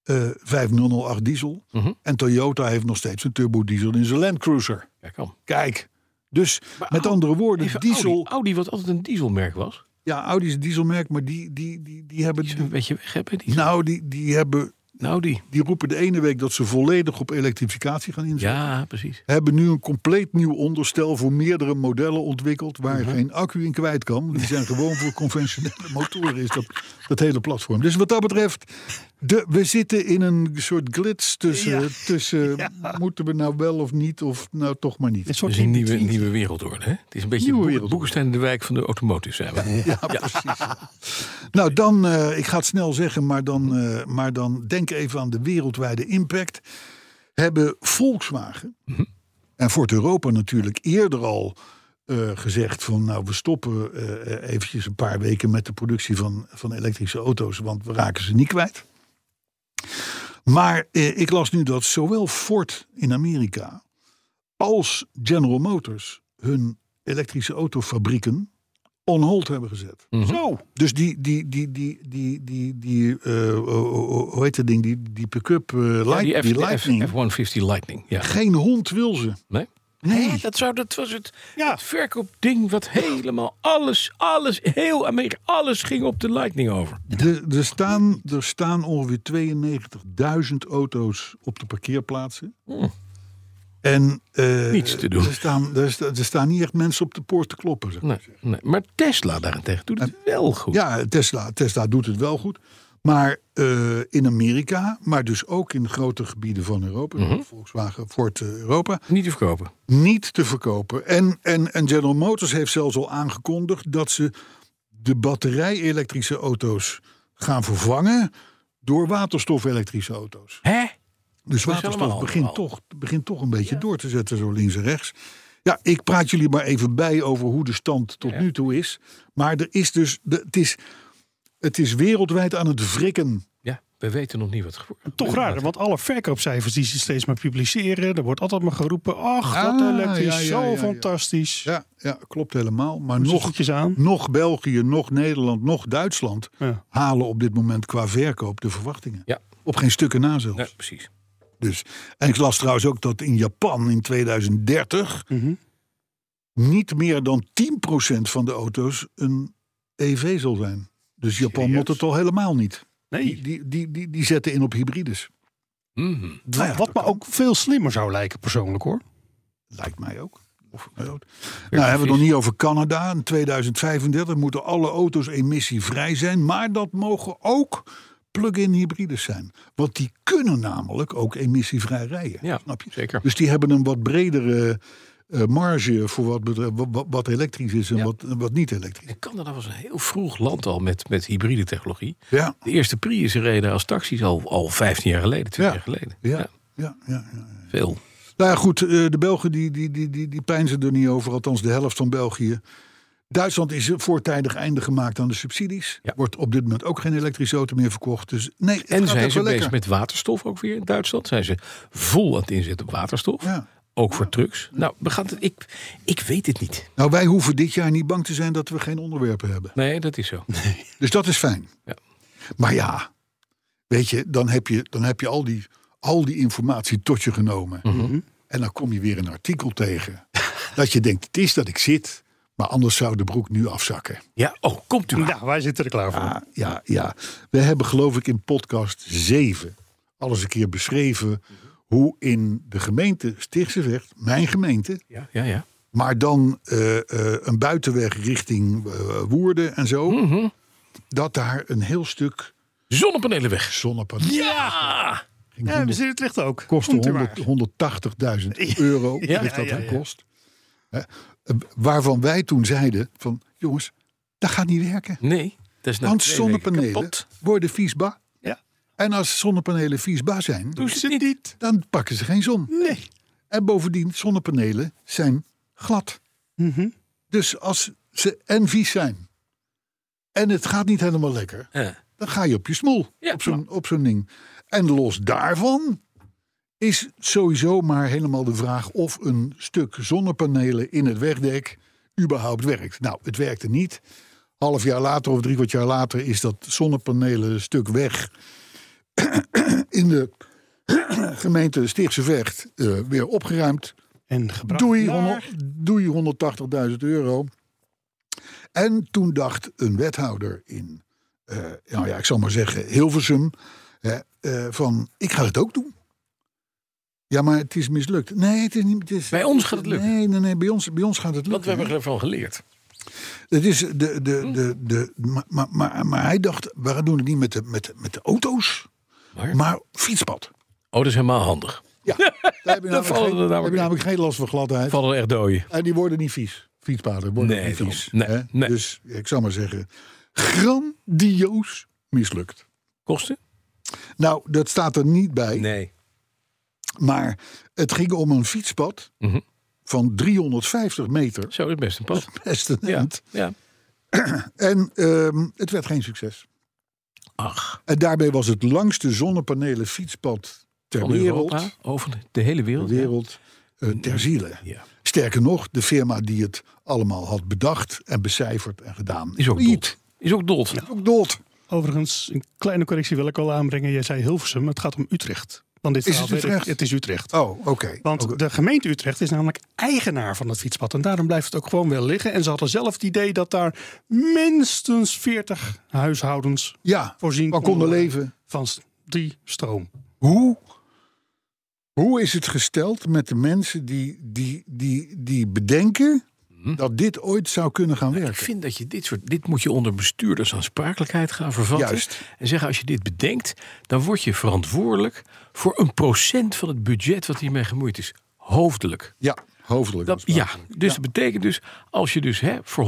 D: eh 5008 diesel.
F: Mhm.
D: En Toyota heeft nog steeds een turbodiesel in zijn Land Cruiser.
F: Ja, kan.
D: Kijk. Dus met andere woorden,
F: Even
D: diesel.
F: Audi. Audi, wat altijd een dieselmerk was.
D: Ja, Audi is een dieselmerk, maar die, die, die, die hebben.
F: Die ze een beetje weg hebben. Die,
D: nou, die, die, hebben,
F: nou, die.
D: die roepen de ene week dat ze volledig op elektrificatie gaan inzetten.
F: Ja, precies.
D: Hebben nu een compleet nieuw onderstel voor meerdere modellen ontwikkeld. waar geen accu in kwijt kan. Die zijn gewoon voor conventionele motoren, is dat, dat hele platform. Dus wat dat betreft, de, we zitten in een soort glitch tussen. tussen moeten we nou wel of niet, of nou toch maar niet.
E: Een soort
F: Dus een nieuwe,
E: in-between.
F: nieuwe wereldorde. Hè? Het is een beetje
D: Nieuwe
F: Boeken-
D: wereldorde.
F: Boekenstein in de wijk van de automotive zijn we.
D: Ja, precies. nou, dan, eh, ik ga het snel zeggen, maar dan, eh, maar dan denk even aan de wereldwijde impact. Hebben Volkswagen en Ford Europa natuurlijk eerder al eh, gezegd van nou we stoppen eh, eh, eventjes een paar weken met de productie van, van elektrische auto's, want we raken ze niet kwijt. Maar eh, ik las nu dat zowel Ford in Amerika als General Motors hun elektrische autofabrieken on hold hebben gezet.
F: Mhm.
E: Zo.
D: Dus die, die, die, die, die, die, die eh, oh, oh, oh, hoe heet dat ding? Die, die pick-up eh, light,
F: Die, F,
D: die
F: die F-
D: Lightning.
F: F-150 Lightning. Ja.
D: Geen hond wil ze.
F: Nee?
D: Nee.
F: Hè, dat, zou, dat was het,
E: Ja.
F: het verkoopding wat helemaal alles, alles, heel Amerika, alles ging op de Lightning over.
D: De, er, staan, er staan ongeveer 92.000 auto's op de parkeerplaatsen. En eh,
F: Hmm. Niets te doen.
D: Er staan, er, sta- er staan niet echt mensen op de poort te kloppen. zeg.
F: Nee, nee. Maar Tesla daarentegen doet het wel goed.
D: Ja, Tesla, Tesla doet het wel goed. Maar eh, in Amerika, maar dus ook in grote gebieden van Europa,
F: Mhm.
D: Volkswagen, Ford eh, Europa,
F: Niet te verkopen.
D: niet te verkopen. En, en, en General Motors heeft zelfs al aangekondigd dat ze de batterij-elektrische auto's gaan vervangen door waterstof-elektrische auto's.
F: Hè?
D: Dus
F: Dat is
D: waterstof
F: allemaal
D: begint
F: al.
D: toch, begint toch een beetje door te zetten, zo links en rechts. Ja, ik praat jullie maar even bij over hoe de stand tot nu toe is. Maar er is dus, de, het, is, het is wereldwijd aan het wrikken.
F: Ja, we weten nog niet wat geworden
E: Toch raar, want alle verkoopcijfers die ze steeds maar publiceren, er wordt altijd maar geroepen, ach, dat
D: Ah,
E: elektrisch,
D: ja, ja,
E: zo
D: ja, ja.
E: fantastisch.
D: Ja, ja klopt helemaal. Maar
E: Nog
D: nog,
E: goedjes aan.
D: nog België, nog Nederland, nog Duitsland
E: Ja.
D: halen op dit moment qua verkoop de verwachtingen.
F: Ja.
D: Op geen stukken na zelfs.
F: Ja, precies.
D: Dus. En ik las trouwens ook dat in Japan in 2030 niet meer dan 10% van de auto's een EV zal zijn. Dus Japan moet het al helemaal niet. Die,
E: Nee.
D: die, die, die, die zetten in op hybrides.
F: Mhm,
D: Nou ja,
E: Wat me ook veel slimmer zou lijken persoonlijk hoor.
D: Lijkt mij ook. Of, nou, nou hebben we het nog niet over Canada. In 2035 moeten alle auto's emissievrij zijn. Maar dat mogen ook plug-in hybrides zijn. Want die kunnen namelijk ook emissievrij rijden.
F: Ja,
D: snap je?
F: zeker.
D: Dus die hebben een wat bredere eh, marge voor wat, betreft, wa- wa- wat, elektrisch is en
F: Ja.
D: wat, wat niet elektrisch.
F: En Canada was nou een heel vroeg land al met, met hybride technologie.
D: Ja,
F: De eerste Prius reden als taxis al, al 15 jaar geleden, 20
D: Ja.
F: jaar geleden.
D: ja, ja. ja, ja.
F: Veel.
D: Nou ja, goed, eh, de Belgen die, die, die, die, die pijnzen er niet over, althans de helft van België. Duitsland is voortijdig einde gemaakt aan de subsidies.
F: Ja.
D: Wordt op dit moment ook geen elektrische auto meer verkocht. Dus nee, het
F: En
D: gaat
F: zijn
D: echt
F: ze
D: wel
F: bezig
D: lekker.
F: met waterstof ook weer in Duitsland? Zijn ze vol aan het inzetten op waterstof?
D: Ja.
F: Ook voor trucks? Nou, we gaan het, ik, ik weet het niet.
D: Nou, wij hoeven dit jaar niet bang te zijn dat we geen onderwerpen hebben.
F: Nee, dat is zo.
D: Dus dat is fijn.
F: Ja.
D: Maar ja, weet je, dan heb je, dan heb je al, die, al die informatie tot je genomen.
F: Mhm.
D: En dan kom je weer een artikel tegen. dat je denkt, het is dat ik zit, maar anders zou de broek nu afzakken.
F: Ja, oh, komt u maar.
E: Ja, wij zitten er klaar voor.
D: Ja, ja, ja. We hebben geloof ik in podcast 7 al eens een keer beschreven hoe in de gemeente Stichtsevecht, mijn gemeente,
F: Ja, ja, ja.
D: maar dan eh, eh, een buitenweg richting eh, Woerden en zo,
E: Mhm.
D: dat daar een heel stuk
F: Zonnepanelen weg.
D: zonnepanelen
F: Ja!
D: ging.
E: Ja, we zien het licht ook.
D: kostte
E: Komt u
D: 100
E: maar.
D: 180.000 euro,
E: Ja,
D: heeft dat
E: ja, ja.
D: gekost. Hè? Eh, Waarvan wij toen zeiden van, jongens, dat gaat niet werken.
F: Nee, dat is nou
D: Want
F: twee weken
D: zonnepanelen
F: kapot.
D: worden viesba.
E: Ja.
D: En als zonnepanelen viesba zijn,
F: Doe ze het niet.
D: dan pakken ze geen zon.
E: Nee.
D: En bovendien, zonnepanelen zijn glad.
E: Mhm.
D: Dus als ze en vies zijn en het gaat niet helemaal lekker,
F: Ja.
D: dan ga je op je smoel.
F: Ja,
D: op zo'n op zo'n ding. En los daarvan is sowieso maar helemaal de vraag of een stuk zonnepanelen in het wegdek überhaupt werkt. Nou, het werkte niet. Half jaar later of drie kwart jaar later is dat zonnepanelen stuk weg in de gemeente Stichtse Vecht eh, weer opgeruimd.
E: En gebracht
D: Doei,
E: naar-
D: honderd- doei 180.000 euro. En toen dacht een wethouder in, eh, nou ja, ik zal maar zeggen, Hilversum, hè, eh, van ik ga het ook doen. Ja, maar het is mislukt. Nee, het is niet. Het is,
F: Bij ons gaat het lukken.
D: Nee, nee, nee, bij ons, bij ons gaat het lukken.
F: Want we hebben ervan geleerd.
D: Het is de, de, de, de, maar, maar, maar, maar hij dacht, we gaan doen het niet met de, met, de- met de auto's,
F: Maar?
D: maar fietspad.
F: Oh, dat is helemaal handig.
D: Ja, daar heb je namelijk,
F: vallen er
D: geen,
F: namelijk
D: daar heb je
F: in.
D: namelijk geen last van gladheid.
F: Vallen er echt dooien.
D: En die worden niet vies. Fietspaden worden
F: Nee,
D: niet vies.
F: daarom. Nee,
D: hè?
F: nee.
D: Dus ik zou maar zeggen, grandioos mislukt.
F: Kosten?
D: Nou, dat staat er niet bij.
F: Nee.
D: Maar het ging om een fietspad
F: Mhm.
D: van 350 meter.
F: Zo, dat is best een pas.
D: Best een
F: Ja,
D: eind.
F: ja.
D: En ehm, het werd geen succes.
F: Ach,
D: En daarbij was het langste zonnepanelen fietspad ter
F: van
D: wereld.
F: Europa, over de hele
D: ter
F: wereld.
D: wereld eh, ter ziele.
F: Ja.
D: Sterker nog, de firma die het allemaal had bedacht en becijferd en gedaan.
F: Is ook
D: failliet.
F: dood. Is ook dood.
D: Ook dood.
E: Overigens, een kleine correctie wil ik al aanbrengen. Jij zei Hilversum, het gaat om Utrecht. Want dit
D: Is het
E: verhaal weet ik.
D: Utrecht?
E: Het is Utrecht.
D: Oh, oké.
E: Want
D: Oké.
E: de gemeente Utrecht is namelijk eigenaar van het fietspad. En daarom blijft het ook gewoon wel liggen. En ze hadden zelf het idee dat daar minstens 40 huishoudens
D: ja,
E: voorzien
D: maar konden leven.
E: van s- die stroom.
D: Hoe, hoe is het gesteld met de mensen die, die, die, die bedenken dat dit ooit zou kunnen gaan
F: Mhm. Ik
D: werken?
F: vind dat je dit soort. Dit moet je onder bestuurdersaansprakelijkheid gaan vervatten.
D: Juist.
F: En zeggen: als je dit bedenkt, dan word je verantwoordelijk voor een procent van het budget wat hiermee gemoeid is. Hoofdelijk.
D: Ja, hoofdelijk.
F: Dat, ja, dus dat betekent dus, als je dus hè, voor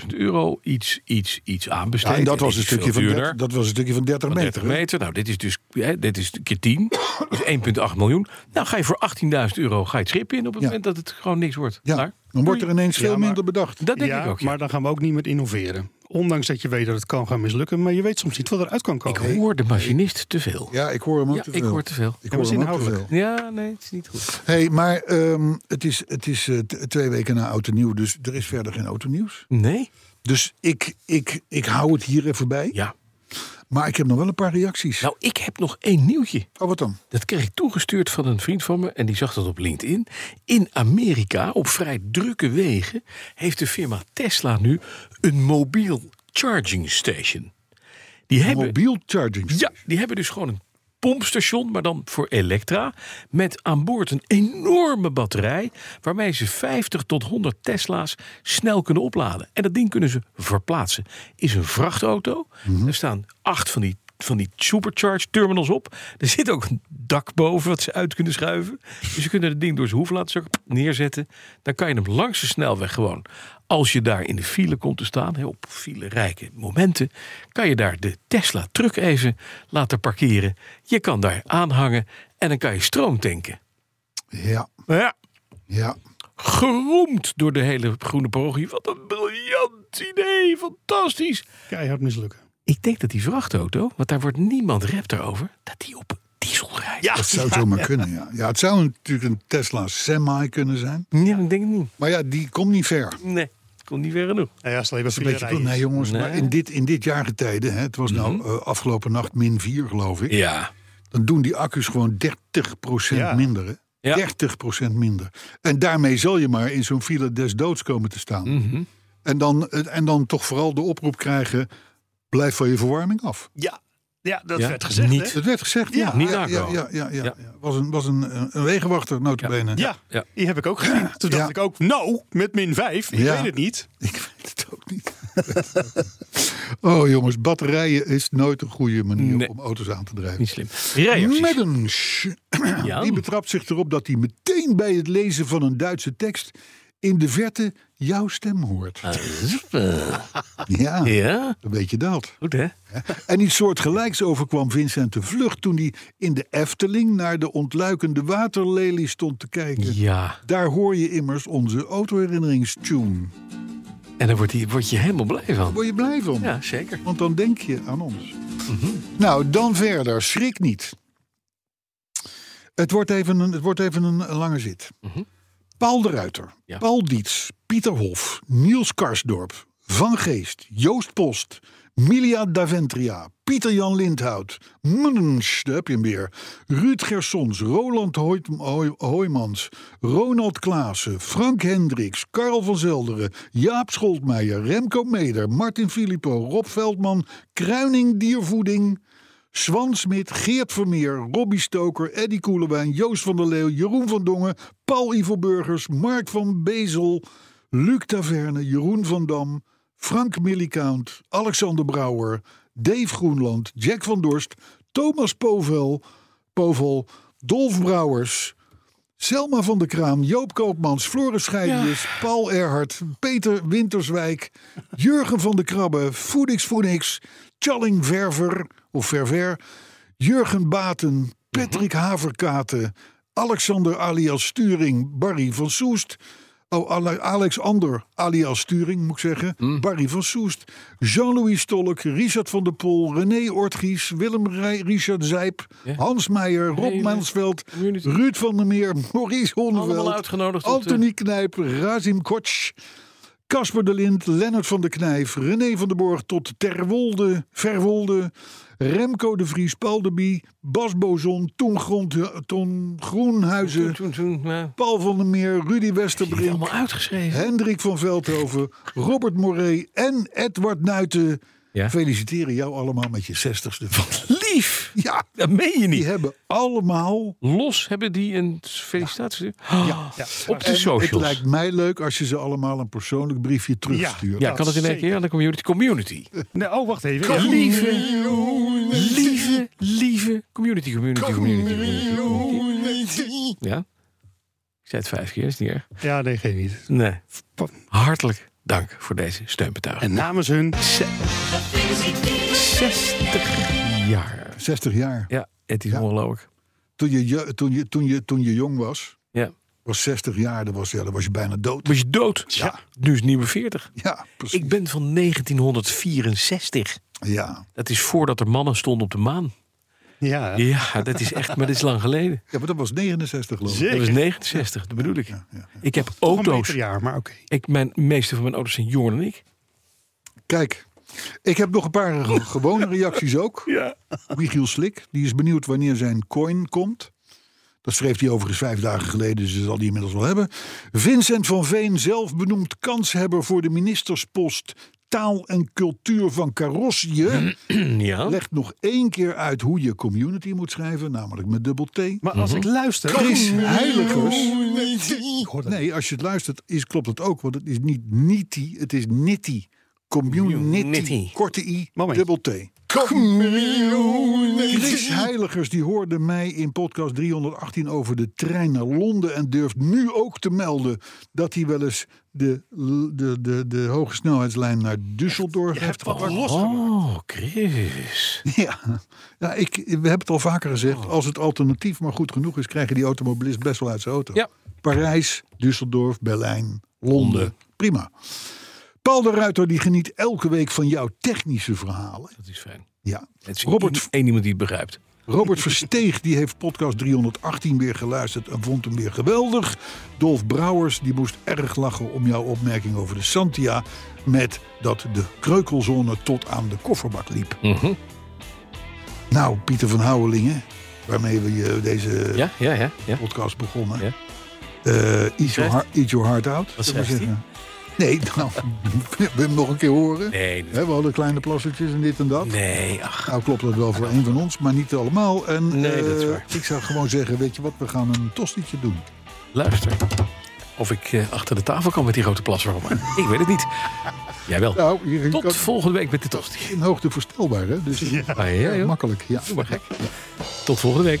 F: 180.000 euro iets, iets, iets aanbesteedt.
D: en dat
F: en
D: was,
F: dit
D: een
F: is
D: stukje van
F: veel duurder,
D: 30, dat was een stukje van 30
F: van
D: meter.
F: 30
D: hè?
F: meter. Nou, dit is dus hè, dit is keer 10, dus 1,8 miljoen. Nou, ga je voor 18.000 euro ga je het schip in op het
D: Ja.
F: moment dat het gewoon niks wordt.
D: Ja,
F: Klaar.
D: dan wordt er ineens veel
E: Ja, maar-
D: minder bedacht.
F: Dat denk
E: ja,
F: ik ook. Ja.
E: maar dan gaan we ook niet meer innoveren. Ondanks dat je weet dat het kan gaan mislukken. Maar je weet soms niet wat eruit kan
F: ik
E: komen.
F: hoor de machinist te veel.
D: Ja, ik hoor hem ook
F: Ja,
D: te
F: ik
D: veel.
F: hoor te veel.
D: Ik
E: Ja, maar
D: hoor
E: is
D: hem ook te
E: inhoudelijk.
D: veel.
F: Ja, nee, het is niet goed.
D: hey, maar ehm, het is, het is eh, t- twee weken na Oud en Nieuw, dus er is verder geen autonieuws.
F: Nee?
D: Dus ik, ik, ik hou het hier even bij.
F: Ja.
D: Maar ik heb nog wel een paar reacties.
F: Nou, ik heb nog één nieuwtje.
D: Oh, wat dan?
F: Dat kreeg ik toegestuurd van een vriend van me en die zag dat op LinkedIn. In Amerika, op vrij drukke wegen, heeft de firma Tesla nu een mobiel charging station. Die hebben,
D: Mobiel charging.
F: ja, die hebben dus gewoon een pompstation, maar dan voor elektra. Met aan boord een enorme batterij. Waarmee ze 50 tot 100 Tesla's snel kunnen opladen. En dat ding kunnen ze verplaatsen. Is een vrachtauto. Er staan acht van die. Van die supercharge terminals op. Er zit ook een dak boven wat ze uit kunnen schuiven. Dus ze kunnen het ding door zijn hoef laten zakken, neerzetten. Dan kan je hem langs de snelweg gewoon. Als je daar in de file komt te staan, hè, op filerijke momenten, kan je daar de Tesla truck even laten parkeren. Je kan daar aanhangen en dan kan je stroom tanken.
D: Ja,
F: Nou ja,
D: ja.
F: geroemd door de hele groene parochie. Wat een briljant idee, fantastisch.
E: Keihard mislukken.
F: Ik denk dat die vrachtauto, want daar wordt niemand rept over, dat die op diesel rijdt. Ja,
D: Dat zou zomaar kunnen, ja. Ja, het zou natuurlijk een Tesla Semi kunnen zijn.
F: ja ik denk het niet.
D: Maar ja, die komt niet ver. Dat
F: Nee, het kon niet weer genoeg.
E: Nou ja, als het alleen maar
D: is een beetje...
E: filerij
D: Nee,
E: is.
D: jongens, maar in dit, in dit jaargetijde... Hè, het was nou
F: Mhm.
D: eh, afgelopen nacht min 4, geloof ik.
F: Ja,
D: Dan doen die accu's gewoon 30%
E: Ja.
D: minder, hè.
F: Ja.
D: 30% minder. En daarmee zal je maar in zo'n file des doods komen te staan.
F: Mm. Mhm,
D: en, dan, eh, en dan toch vooral de oproep krijgen... blijf van je verwarming af.
E: Ja. ja, dat
F: Ja,
E: werd gezegd.
F: niet.
E: Hè?
D: Dat werd gezegd, ja.
E: Ja,
F: niet
D: ja, ja,
F: nakomen.
D: ja, ja, ja.
F: Ja.
D: Was een, was een, eh, een wegenwachter, notabene.
E: Ja,
F: Ja.
E: die heb ik ook gezien. Toen dacht
D: Ja.
E: ik ook, nou, met min 5, ik
D: Ja.
E: weet het niet.
D: Ik weet het ook niet. oh jongens, batterijen is nooit een goede manier
F: Nee.
D: om auto's aan te
F: niet
D: drijven.
F: slim. Reacties.
D: Meddens,
F: Ja.
D: die betrapt zich erop dat hij meteen bij het lezen van een Duitse tekst in de verte jouw stem hoort.
F: Ah.
D: Ja,
F: Ja,
D: dan weet je dat.
F: goed hè.
D: En iets soortgelijks overkwam Vincent de Vlucht toen hij in de Efteling naar de ontluikende waterlelie stond te kijken.
F: Ja,
D: Daar hoor je immers onze autoherinneringstune.
F: en daar word, je- word je helemaal blij van.
D: Word je blij van?
F: Ja, Mhm. zeker.
D: Want dan denk je aan ons. Nou, dan verder. Schrik niet. Het wordt even een, het wordt even een, een lange zit. Paul de Ruiter,
F: Ja.
D: Paul Dietz, Pieter Hof, Niels Karsdorp, Van Geest, Joost Post, Milia Daventria, Pieter-Jan Lindhout, Munnens, daar heb je hem weer, Ruud Gersons, Roland Hoyt- Hoy- Hoymans, Ronald Klaassen, Frank Hendricks, Karel van Zelderen, Jaap Scholtmeijer, Remco Meder, Martin Filippo, Rob Veldman, Kruining Diervoeding... Swan Smit, Geert Vermeer, Robbie Stoker, Eddy Koelewijn, Joost van der Leeuw, Jeroen van Dongen, Paul Ivo Burgers, Mark van Bezel, Luc Taverne, Jeroen van Dam, Frank Millicount, Alexander Brouwer, Dave Groenland, Jack van Dorst, Thomas Povel, Povel Dolf Brouwers, Selma van der Kraam, Joop Koopmans, Floris Schijndjes, Paul Erhard, Peter Winterswijk, Jurgen van der Krabbe, Foenix Foenix, Challing Verver of Verver, Jurgen Baten, Patrick Haverkaten, Alexander alias Sturing, Barry van Soest. Oh, Ale- Alex Ander alias Sturing moet ik zeggen, Barry van Soest, Jean-Louis Stolk, Richard van der Pol, René Ortgies, Willem Rij, Richard Zijp, Hans Meijer, Rob
F: Hele
D: Mansveld,
F: community.
D: Ruud van der Meer, Maurice Honneveld,
F: Allemaal uitgenodigd tot,
D: Anthony Knijp, Razim Kotsch, Casper de Lind, Lennart van der Knijf, René van der Borg tot Terwolde, Verwolde, Remco de Vries, Paul de Bie, Bas Bozon, Ton, Grond, Ton
F: Toen,
D: Groenhuizen,
F: toen, toen, eh,
D: Paul van der Meer, Rudy
F: die
D: Westerbrink,
F: allemaal uitgeschreven.
D: Hendrik van Veldhoven, Robert Moré en Edward Nuiten.
F: Ja.
D: Feliciteren jou allemaal met je zestigste.
F: Lief!
D: Ja,
F: Dat meen je
D: die
F: niet.
D: hebben allemaal
F: Los hebben die een felicitatie. Oh, Ja. Op de
D: En Het
F: socials.
D: lijkt mij leuk als je ze allemaal een persoonlijk briefje terugstuurt.
F: ja, kan dat in één keer? Ja, de community. Community.
E: Nee, oh, wacht even. Ja.
F: Lieve, lieve, lieve community, community, community. community, community. Ja? Ik zei het vijf keer, is niet erg.
E: Ja, nee, geen niet.
F: Nee. Hartelijk dank voor deze steunbetuiging.
E: En namens hun,
F: 60 jaar.
D: 60 jaar.
F: Ja, het is
D: Ja.
F: ongelooflijk.
D: Toen, je, je- toen, je, toen, je, toen je jong was,
F: Ja.
D: was 60 jaar, dan was, ja, dan was je bijna dood.
F: Was je dood? Ja. Nu is het nieuwe 40.
D: Ja, precies.
F: Ik ben van 1964.
D: Ja.
F: Dat is voordat er mannen stonden op de maan.
E: ja.
F: Ja, dat is echt, maar dat is lang geleden.
D: ja, maar dat was 69 geloof ik.
E: Zeker.
F: Dat was 69, dat bedoel ik. Ik heb
E: Nog een beter
F: auto's.
E: jaar, maar oké.
F: Ik, mijn meeste van mijn auto's zijn jonger dan ik.
D: Kijk, Ik heb nog een paar ge- gewone reacties ook.
F: Ja.
D: Michiel Slik, die is benieuwd wanneer zijn coin komt. Dat schreef hij overigens vijf dagen geleden, dus dat zal hij inmiddels wel hebben. Vincent van Veen, zelf benoemd kanshebber voor de ministerspost Taal en Cultuur van Carrossië,
F: Ja.
D: legt nog één keer uit hoe je community moet schrijven, namelijk met dubbel T.
E: Maar als ik luister...
D: Chris Heiligers. Nee, als je het luistert, is, klopt het ook, want het is niet nitty, het is nitty. Community.
F: Nitty.
D: Korte i,
E: Moment.
D: dubbel T. Chris Heiligers die hoorde mij in podcast 318 over de trein naar Londen en durft nu ook te melden dat hij wel eens de, de, de, de hoge snelheidslijn naar Düsseldorf heeft gepakt.
F: Oh, Chris.
D: Ja, ja ik, we hebben het al vaker gezegd.
F: Oh.
D: Als het alternatief maar goed genoeg is, krijgen die automobilist best wel uit zijn auto.
F: Ja.
D: Parijs, Düsseldorf, Berlijn, Londen. Prima. Paul de Ruiter die geniet elke week van jouw technische verhalen.
F: Dat is fijn.
D: Ja.
F: Het is
D: Robert,
F: één iemand die het begrijpt.
D: Robert Versteeg die heeft podcast 318 weer geluisterd en vond hem weer geweldig. Dolf Brouwers die moest erg lachen om jouw opmerking over de Santia... met dat de kreukelzone tot aan de kofferbak liep.
F: Mhm.
D: Nou, Pieter van Houwelingen, waarmee we eh, deze
F: Ja, ja, ja. ja.
D: podcast begonnen.
F: Ja.
D: Eh, eat, your heart, eat your heart out.
F: Wat
D: zullen we
F: zegt
D: zeggen. Nee, nou, wil je hem nog een keer horen?
F: Nee,
D: Hè, we hadden kleine plassertjes en dit en dat.
F: nee, ach.
D: Nou klopt dat wel voor een van ons, maar niet allemaal. En,
F: Nee, dat is
D: eh,
F: waar.
D: Ik zou gewoon zeggen, weet je wat, we gaan een tostietje doen.
F: Luister. Of ik eh, achter de tafel kan met die grote plasvorm. ik weet het niet. Jij wel.
D: Nou, je, je kan-
F: Tot volgende week met de tosti.
D: in hoogte voorstelbaar, hè? Dus
F: Ah, ja, joh.
D: makkelijk. Ja.
F: Doe maar gek. Tot volgende week.